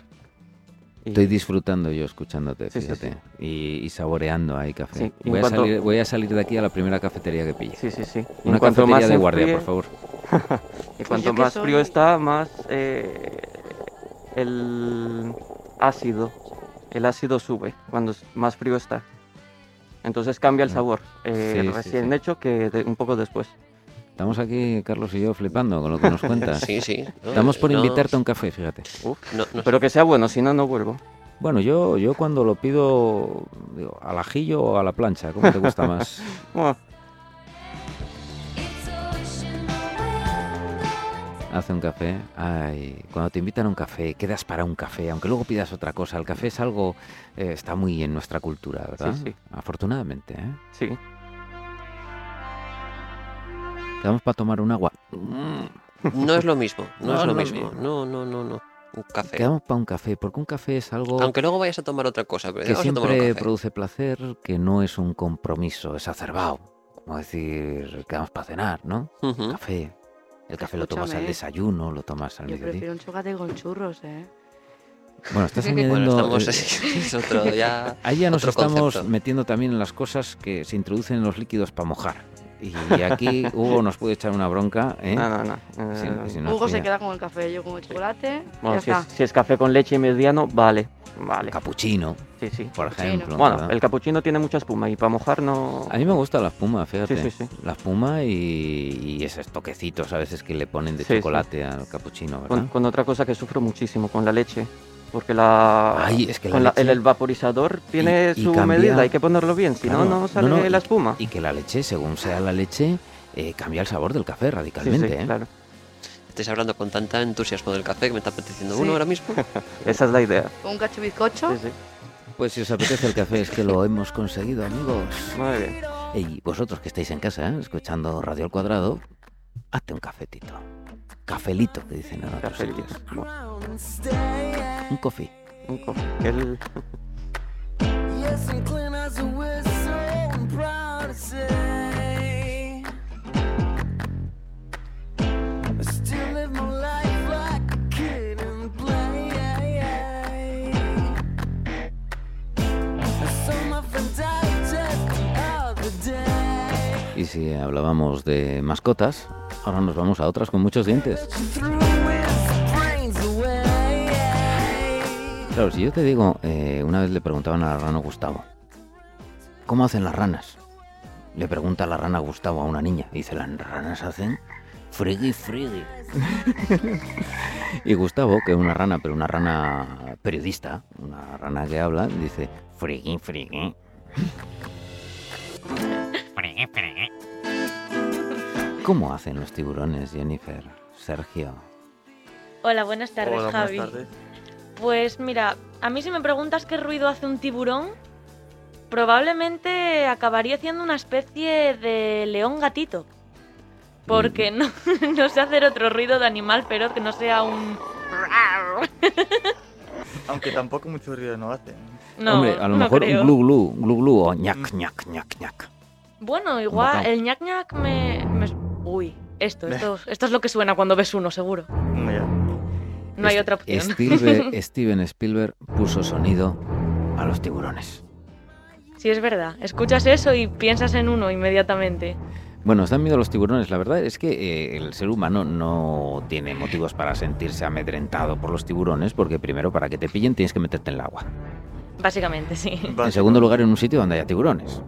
M: Y-
A: Estoy disfrutando yo escuchándote,
M: Sí, sí,
A: fíjate. Y, y saboreando ahí café.
M: Sí, y en
A: voy, a
M: cuanto-
A: salir, voy a salir de aquí a la primera cafetería que pille.
M: Sí, sí, sí. Y
A: Una
M: en cuanto
A: cafetería
M: más
A: de
M: se
A: guardia, por
M: enfríe-
A: favor.
M: y
A: Pues
M: cuanto
A: yo que
M: más frío
A: soy-
M: está, más eh, el ácido, el ácido sube cuando s- más frío está. Entonces cambia el sabor, eh,
A: Mm. Sí, sí,
M: recién
A: sí.
M: hecho que de- un poco después.
A: Estamos aquí, Carlos y yo, flipando con lo que nos cuentas.
M: Sí, sí. No,
A: Estamos por
M: no.
A: invitarte a un café, fíjate.
M: Pero que sea bueno, si no, no vuelvo.
A: Bueno, yo, yo cuando lo pido digo, al ajillo o a la plancha, ¿cómo te gusta más?
M: Bueno,
A: Hace un café. Ay, cuando te invitan a un café, quedas para un café, aunque luego pidas otra cosa. El café es algo, eh, está muy en nuestra cultura, ¿verdad?
M: sí.
A: Afortunadamente, ¿eh?
M: Sí.
A: Quedamos para tomar un agua.
B: Mm, No es lo mismo, no,
A: No
B: es lo
A: es lo
B: mismo. No, no, no, no. Un café.
A: Quedamos para un café, porque un café es algo
B: Aunque luego vayas a tomar otra cosa, pero
A: que
B: Pues vamos a tomar un
A: siempre
B: café.
A: produce placer, que no es un compromiso exacerbado. Como decir, quedamos para cenar, ¿no?
B: Ujú.
A: Café. El café lo tomas al
H: ¿eh?
L: Escúchame.
A: desayuno, lo tomas al
L: Yo
A: mediodía.
L: prefiero un chocate con churros, ¿eh?
A: Bueno, estás
L: Bueno,
A: añadiendo...
B: estamos-
A: eh,
B: es otro ya-
A: Ahí ya nos
B: otro
A: estamos
B: concepto.
A: metiendo también en las cosas que se introducen en los líquidos para mojar. Y aquí Hugo nos puede echar una bronca. ¿eh?
M: No, no, no. Eh,
A: Si- si nos
H: Hugo se
A: pilla.
H: queda con el café, yo con el chocolate.
M: Bueno,
H: ya
M: si
H: está.
M: es, si es café con leche y mediano, vale. Vale.
A: Capuchino.
M: Sí, sí.
A: Por ejemplo.
M: Bueno,
A: ¿verdad?
M: el capuchino tiene mucha espuma y para mojar no.
A: A mí me gusta la espuma, fíjate.
M: Sí, sí, sí.
A: La espuma y, y esos toquecitos a veces que le ponen de
M: Sí, sí.
A: chocolate al capuchino, ¿verdad?
M: Con, con otra cosa que sufro muchísimo, con la leche. Porque la,
A: Ay, es que la
M: con
A: leche-
M: el, el vaporizador tiene
A: y
M: su
A: cambia-
M: medida, hay que ponerlo bien, si no,
A: Claro,
M: no sale
A: y-
M: la espuma.
A: Y que la leche, según sea la leche, eh, cambia el sabor del café radicalmente. ¿eh?
B: Estáis hablando con tanta entusiasmo del café que me está apeteciendo uno
H: Sí.
B: ahora mismo.
M: Esa es la idea.
H: Con un cacho bizcocho.
A: Pues si os apetece el café es que lo hemos conseguido, amigos.
M: Muy bien.
A: Y vosotros que estáis en casa, ¿eh? escuchando Radio al Cuadrado, hazte un cafetito. Cafelito, que dicen en otros sitios. Un coffee.
M: Un coffee. El...
K: Yes, I'm clean as a whistle. I'm proud to say. I still live my life like a kid and play. I saw my friend die just the other day.
A: Y si hablábamos de mascotas, ahora nos vamos a otras con muchos dientes.
K: She threw his brains away.
A: Claro, si yo te digo, eh, una vez le preguntaban a la rana Gustavo, ¿cómo hacen las ranas? Le pregunta la rana Gustavo a una niña. y Dice, las ranas hacen friggy friggy. Y Gustavo, que es una rana, pero una rana periodista, una rana que habla, dice, friggy friggy. ¿Cómo hacen los tiburones, Jennifer? Sergio.
N: Hola, buenas tardes, Javi. Pues mira, a mí si me preguntas qué ruido hace un tiburón, probablemente acabaría siendo una especie de león gatito. Porque no, no sé hacer otro ruido de animal pero que no sea un...
O: Aunque tampoco mucho ruido no hace.
N: No,
A: Hombre, a lo
N: no
A: mejor
N: creo. Mm.
A: un glu glu, glu glu o ñac ñac ñac ñac.
N: Bueno, igual
A: bocado.
N: el ñac ñac me... me- Uy, esto, esto, esto es lo que suena cuando ves uno, seguro. No hay otra opción.
A: Spielberg- Steven Spielberg puso sonido a los tiburones.
N: Sí, es verdad. Escuchas eso y piensas en uno inmediatamente.
A: Bueno, os dan miedo los tiburones. La verdad es que eh, el ser humano no tiene motivos para sentirse amedrentado por los tiburones, porque primero, para que te pillen, tienes que meterte en el agua.
N: Básicamente, sí.
A: En segundo lugar, en un sitio donde haya tiburones.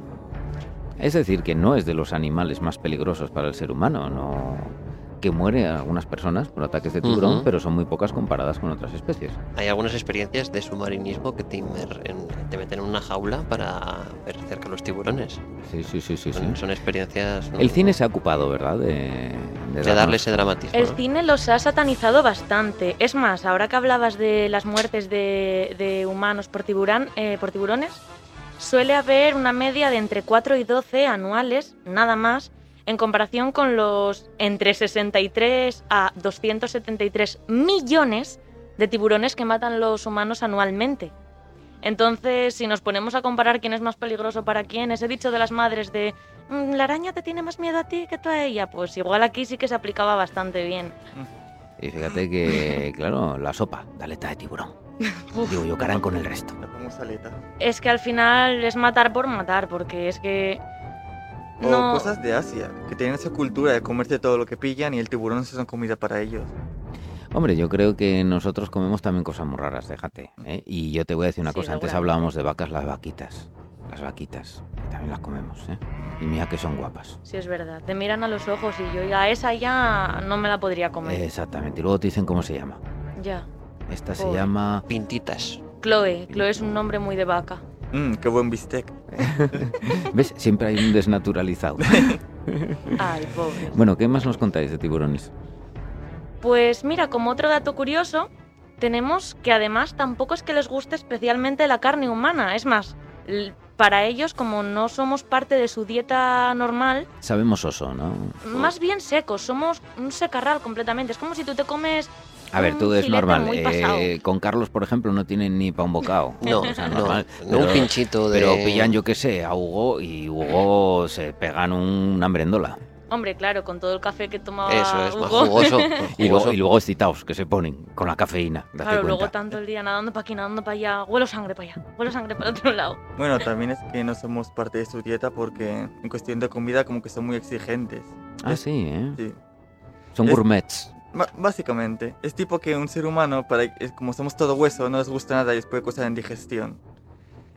A: Es decir, que no es de los animales más peligrosos para el ser humano, no que muere algunas personas por ataques de tiburón,
B: Ujú.
A: pero son muy pocas comparadas con otras especies.
B: Hay algunas experiencias de submarinismo que te, inmer- en- te meten en una jaula para ver cerca los tiburones.
A: Sí, sí, sí, sí.
B: Son, son experiencias.
A: El cine se ha ocupado, ¿verdad? De, de
B: De darle
A: darnos-
B: ese dramatismo.
N: El
B: ¿no?
N: cine los ha satanizado bastante. Es más, ahora que hablabas de las muertes de, de humanos por, tiburán, eh, por tiburones, suele haber una media de entre 4 y 12 anuales, nada más, en comparación con los entre 63 a 273 millones de tiburones que matan los humanos anualmente. Entonces, si nos ponemos a comparar quién es más peligroso para quién, ese dicho de las madres de "Mm, la araña te tiene más miedo a ti que tú a ella, pues igual aquí sí que se aplicaba bastante bien.
A: Y fíjate que, claro, la sopa, de aleta de tiburón. Digo yo, carán con el resto.
N: Es que al final es matar por matar, porque es que...
O: O
N: No,
O: cosas de Asia, que tienen esa cultura de comerse todo lo que pillan y el tiburón se son comida para ellos.
A: Hombre, yo creo que nosotros comemos también cosas muy raras, déjate. ¿eh? Y yo te voy a decir una
O: Sí,
A: cosa, antes
O: seguramente.
A: hablábamos de vacas, las vaquitas. Las vaquitas, que también las comemos, ¿eh? Y mira que son guapas.
N: sí es verdad, te miran a los ojos y yo ya esa ya no me la podría comer.
A: Exactamente, y luego te dicen cómo se llama.
N: Ya.
A: Esta se
N: Pobre.
A: llama...
B: Pintitas.
N: Chloe, Chloe es un nombre muy de vaca.
O: Mmm, qué buen bistec.
A: ¿Ves? Siempre hay un desnaturalizado.
N: Ay, pobre.
A: bueno, ¿qué más nos contáis de tiburones?
N: Pues mira, como otro dato curioso, tenemos que además tampoco es que les guste especialmente la carne humana. Es más, l- para ellos, como no somos parte de su dieta normal,
A: Sabemos oso, ¿no?
N: más bien secos, somos un secarral completamente. Es como si tú te comes.
A: A ver,
N: un
A: todo es
N: filete
A: normal.
N: muy
A: Eh,
N: pasado.
A: con Carlos, por ejemplo, no tienen ni pa' un bocado.
B: No,
A: O sea,
B: no,
A: normal.
B: no, un pinchito de-
A: Pero pillan, yo qué sé, a Hugo y Hugo se pegan un- una merendola.
N: Hombre, claro, con todo el café que tomaba
B: Eso es, más
N: Ah, Hugo.
B: jugoso.
A: Y luego, y luego excitaos, que se ponen con la cafeína. date
N: Claro, luego
A: cuenta.
N: tanto el día nadando para aquí, nadando para allá. Huelo sangre para allá, huelo sangre para el otro lado.
O: Bueno, también es que no somos parte de su dieta porque en cuestión de comida como que son muy exigentes.
A: Ah, sí, ¿eh?
O: Sí.
A: Son
O: Es-
A: gourmets.
O: Ba- básicamente, es tipo que un ser humano, para, es como somos todo hueso, no les gusta nada y les puede causar indigestión.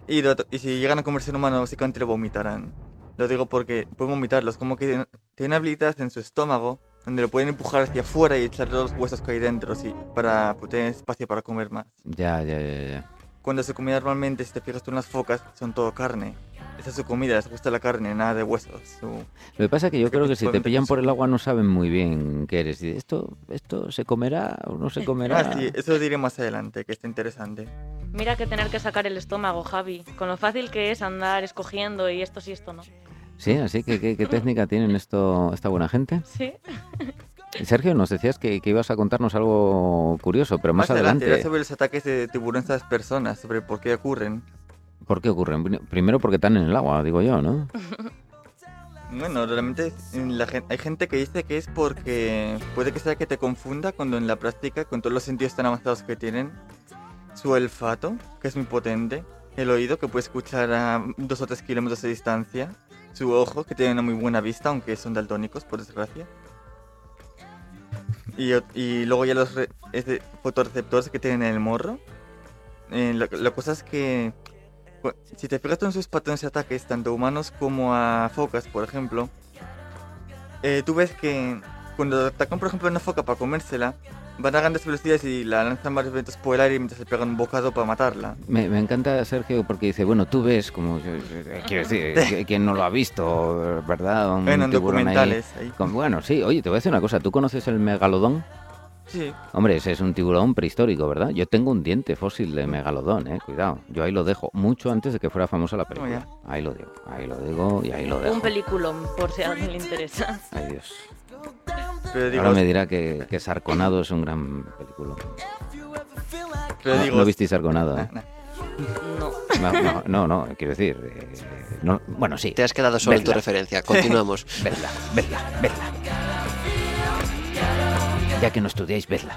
O: Y, lo- y si llegan a comer ser humano, básicamente lo vomitarán. Lo digo porque pueden vomitarlos, como que tienen, tienen habilidades en su estómago donde lo pueden empujar hacia afuera y echar los huesos que hay dentro sí, para pues, tener espacio para comer más.
A: Ya, ya, ya, ya.
O: Cuando se comida normalmente, si te fijas tú en las focas, son todo carne. Esa es su comida, les gusta la carne, nada de huesos. su-
A: Lo que pasa es que yo creo que si te
O: principalmente
A: pillan por el agua no saben muy bien qué eres. Y esto, esto se comerá o no se comerá.
O: Ah, sí, eso lo diré más adelante, que está interesante.
N: Mira que tener que sacar el estómago, Javi, con lo fácil que es andar escogiendo y esto sí, esto no.
A: Sí, así que qué, qué técnica tienen esto, esta buena gente.
N: Sí.
A: Sergio, nos decías que, que ibas a contarnos algo curioso, pero más, adelante,
O: diré sobre los ataques de tiburón a estas personas, sobre por qué ocurren.
A: ¿por qué ocurren? Primero porque están en el agua, digo yo, ¿no?
O: Bueno, realmente en la gen- hay gente que dice que es porque puede que sea que te confunda cuando en la práctica, con todos los sentidos tan avanzados que tienen, su olfato, que es muy potente, el oído, que puede escuchar a dos o tres kilómetros de distancia, su ojo, que tiene una muy buena vista, aunque son daltónicos, por desgracia. Y, ot- y luego ya los re- este, fotorreceptores que tienen en el morro. Eh, la, la cosa es que cu- Pues, si te fijas tú en sus patrones de ataques, tanto humanos como a focas, por ejemplo, eh, tú ves que cuando atacan, por ejemplo, a una foca para comérsela, van a grandes velocidades y la lanzan varios metros por el aire mientras se pegan un bocado para matarla.
A: Me, me encanta Sergio porque dice, bueno, tú ves, como yo- yo- quiero decir, que- quien no lo ha visto, ¿verdad? Un
O: Bueno, en
A: tiburón ahí
O: documentales, ahí.
A: con- bueno, sí, oye, te voy a decir una cosa, ¿tú conoces el megalodón?
O: Sí.
A: Hombre, ese es un tiburón prehistórico, ¿verdad? Yo tengo un diente fósil de megalodón, eh, cuidado. Yo ahí lo dejo, mucho antes de que fuera famosa la película. Ahí lo digo, ahí lo digo y ahí lo dejo.
N: Un peliculón, por si a alguien le interesa.
A: Ay, Dios.
O: Pero digo,
A: Ahora me dirá que, que Sarconado es un gran película.
O: Pero
A: no,
O: digo-
A: no visteis Sarconado, ¿eh?
N: No.
A: No, no, no, no, quiero decir. eh, no- bueno, sí.
B: Te has quedado solo en tu
A: Vedla.
B: referencia. Continuamos.
A: vedla, vedla, vedla. Ya que no estudiáis, vedla.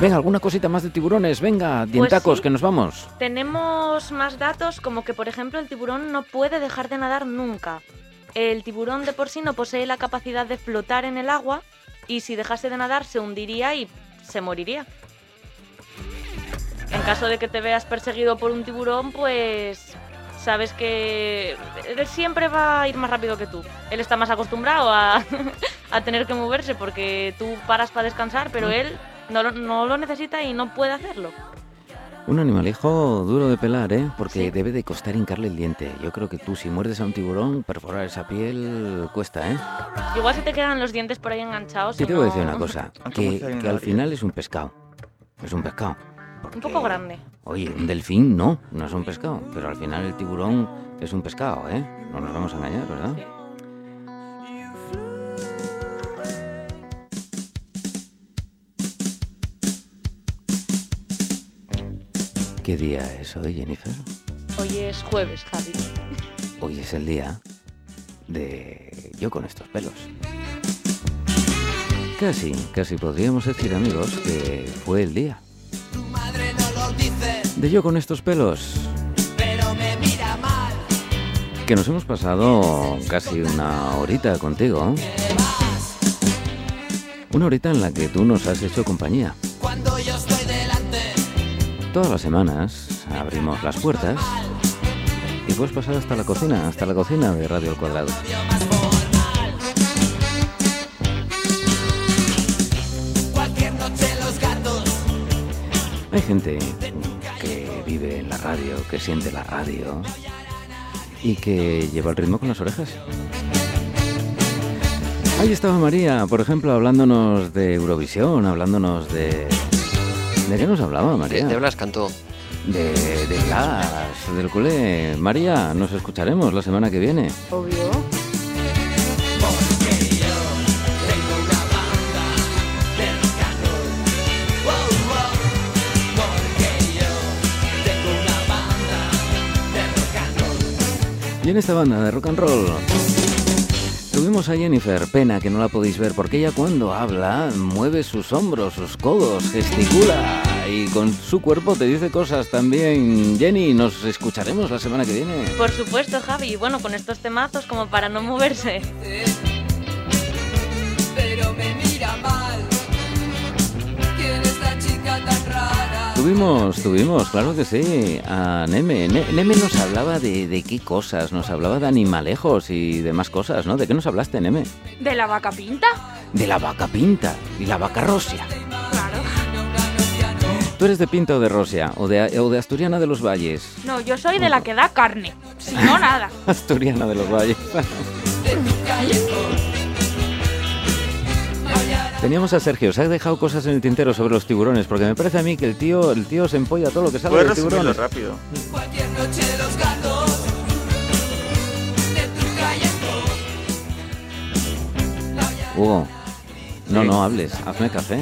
A: Venga, alguna cosita más de tiburones. Venga, dientacos,
N: sí.
A: que nos vamos.
N: Tenemos más datos como que, por ejemplo, el tiburón no puede dejar de nadar nunca. El tiburón de por sí no posee la capacidad de flotar en el agua y si dejase de nadar se hundiría y se moriría. En caso de que te veas perseguido por un tiburón, pues sabes que él siempre va a ir más rápido que tú. Él está más acostumbrado a, a tener que moverse porque tú paras para descansar, pero él no, lo- no lo necesita y no puede hacerlo.
A: Un animalejo duro de pelar, ¿eh? Porque debe de costar hincarle el diente. Yo creo que tú, si muerdes a un tiburón, perforar esa piel cuesta, ¿eh?
N: Igual se te quedan los dientes por ahí enganchados.
A: Te
N: y
A: tengo que
N: no-
A: decir una cosa,
N: Aunque
A: que,
N: mucha
A: que al
N: ignorancia.
A: final es un pescado. Es un pescado.
N: Un poco grande.
A: Oye, un delfín no, no es un pescado, pero al final el tiburón es un pescado, ¿eh? No nos vamos a engañar, ¿verdad? ¿Qué día es hoy, Jennifer?
N: Hoy es jueves, Javi.
A: Hoy es el día de yo con estos pelos. Casi, casi podríamos decir, amigos, que fue el día
K: Madre no lo dice,
A: de yo con estos pelos.
K: pero me mira mal.
A: Que nos hemos pasado casi una horita contigo. Una horita en la que tú nos has hecho compañía.
K: Cuando yo estoy delante,
A: Todas las semanas abrimos las puertas y puedes pasar hasta la cocina, hasta la cocina de Radio El Cuadrado.
K: cualquier noche los gatos
A: Hay gente que vive en la radio, que siente la radio y que lleva el ritmo con las orejas. Ahí estaba María, por ejemplo, hablándonos de Eurovisión, hablándonos de... ¿De qué nos hablaba María?
B: mm, De, de Blas cantó.
A: De, de Blas, del culé. María, nos escucharemos la semana que viene.
L: Obvio.
A: Y en esta banda de rock and roll Tuvimos a Jennifer, pena que no la podéis ver, porque ella cuando habla mueve sus hombros, sus codos, gesticula y con su cuerpo te dice cosas también. Jenny, nos escucharemos la semana que viene.
N: Por supuesto, Javi. Y bueno, con estos temazos como para no moverse.
K: Pero me mira mal. ¿Quién es la chica tan rara?
A: Tuvimos, tuvimos, claro que sí, a Neme. Ne- Neme nos hablaba de, de qué cosas, nos hablaba de animalejos y demás cosas, ¿no? ¿De qué nos hablaste, Neme?
C: ¿De la vaca pinta?
A: De la vaca pinta y la vaca rosia. ¿Tú eres de pinta o de rosia? ¿O de, o de asturiana de los valles?
C: No, yo soy de la que da carne. Si no, nada.
A: Asturiana de los valles. Teníamos a Sergio, se ha dejado cosas en el tintero sobre los tiburones, porque me parece a mí que el tío, el tío se empolla todo lo que sale
O: Puedes
A: de
O: resumirlo
A: tiburones.
O: rápido.
K: Cualquier noche los gatos de tu calle
A: Hugo, no, no hables, hazme café.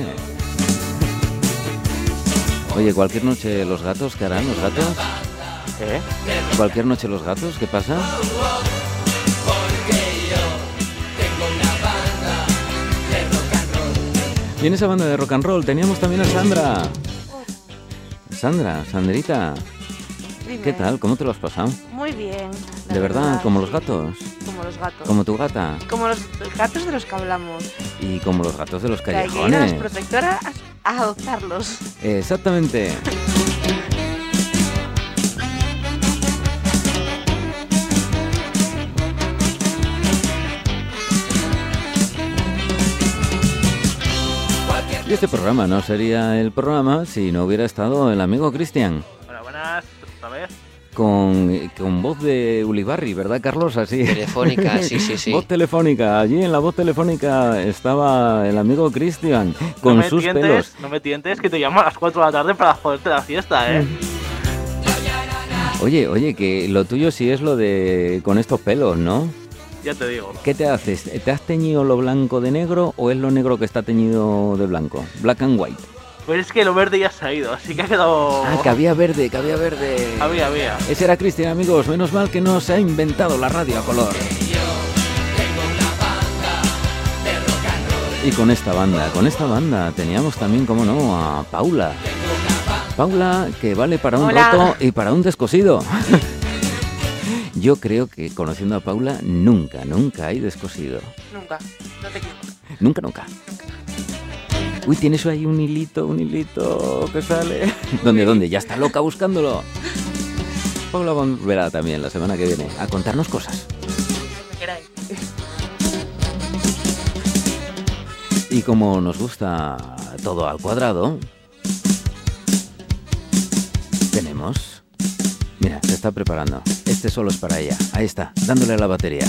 A: Oye, cualquier noche los gatos, ¿qué harán los gatos?
O: ¿Eh?
M: ¿Qué?
A: Cualquier noche los gatos, ¿qué pasa? Y en esa banda de rock and roll teníamos también a Sandra. Sandra, Sandrita, ¿qué
L: Dime.
A: tal? ¿Cómo te lo has pasado?
L: Muy bien. la
A: ¿De verdad? ¿Como los
L: sí.
A: gatos?
L: Como los gatos.
A: ¿Como tu gata?
L: Como los gatos de los que hablamos.
A: Y como los gatos de los
L: Que hay que ir a las
A: callejones.
L: protectoras a adoptarlos.
A: Exactamente. Y este programa no sería el programa si no hubiera estado el amigo Cristian.
D: Bueno, buenas, otra vez.
A: Con, con voz de Ulibarri, ¿verdad, Carlos? Así.
B: Telefónica, sí, sí, sí.
A: Voz telefónica. Allí en la voz telefónica estaba el amigo Cristian con
D: no me
A: sus
D: tientes,
A: pelos.
D: No me tientes, que te llamo a las 4 de la tarde para joderte la fiesta, ¿eh?
A: Mm. Oye, oye, que lo tuyo sí es lo de con estos pelos, ¿no?
D: ya te digo.
A: ¿Qué te haces? ¿Te has teñido lo blanco de negro o es lo negro que está teñido de blanco? Black and white.
D: Pues es que lo verde ya se ha ido, así que ha
B: Oh.
D: quedado...
A: Ah, que había verde, que había verde.
D: Había, había.
A: Ese era Cristian, amigos. Menos mal que no se ha inventado la radio a color. Y con esta banda, con esta banda teníamos también, como no, a Paula. Paula, que vale para un
L: Hola.
A: roto y para un descosido. Yo creo que conociendo a Paula, nunca, nunca hay descosido.
L: Nunca. No te equivocas.
A: Nunca, nunca. Uy, tienes ahí un hilito, un hilito que sale. ¿Dónde, dónde? Ya está loca buscándolo. Paula volverá también la semana que viene a contarnos cosas. Y como nos gusta todo al cuadrado, tenemos... Mira, se está preparando. Este solo es para ella. Ahí está, dándole a la batería.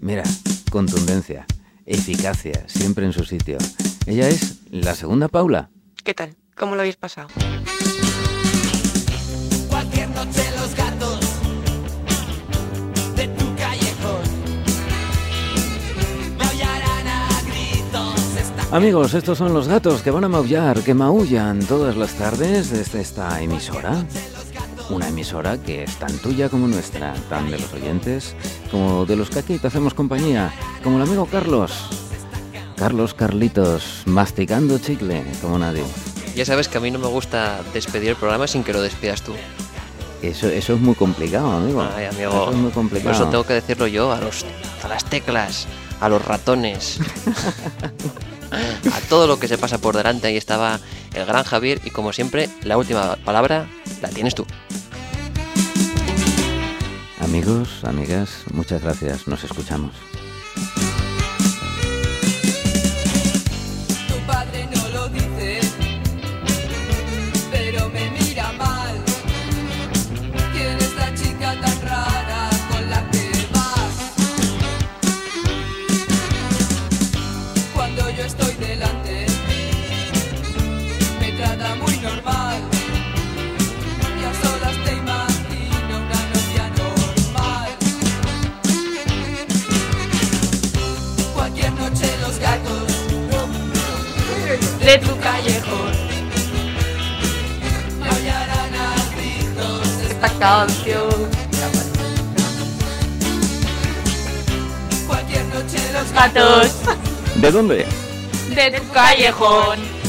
A: Mira, contundencia, eficacia, siempre en su sitio. Ella es la segunda Paula.
G: ¿Qué tal? ¿Cómo lo habéis pasado?
K: Cualquier noche los gatos de tu callejón me aullarán a gritos. Esta
A: Amigos, estos son los gatos que van a maullar, que maullan todas las tardes desde esta emisora. Una emisora que es tan tuya como nuestra, tan de los oyentes como de los que aquí te hacemos compañía, como el amigo Carlos. Carlos Carlitos, masticando chicle como nadie.
B: Ya sabes que a mí no me gusta despedir el programa sin que lo despidas tú.
A: Eso, eso es muy complicado, amigo.
B: Ay, amigo.
A: Eso es muy
B: Por
A: complicado.
B: eso tengo que decirlo yo a, los, a las teclas, a los ratones, a todo lo que se pasa por delante. Ahí estaba el gran Javier y como siempre, la última palabra la tienes tú.
A: Amigos, amigas, muchas gracias. Nos escuchamos.
K: Tu padre no lo dice, pero me mira mal. ¿Quién es la chica tan rara con la que vas? Cuando yo estoy delante, me trata muy normal. Y a solas te imagino una novia normal. Cualquier noche los gatos de tu callejón. Me aullarán a gritos esta canción. Cualquier noche
C: noche los gatos
K: ¿De dónde?
C: de tu callejón.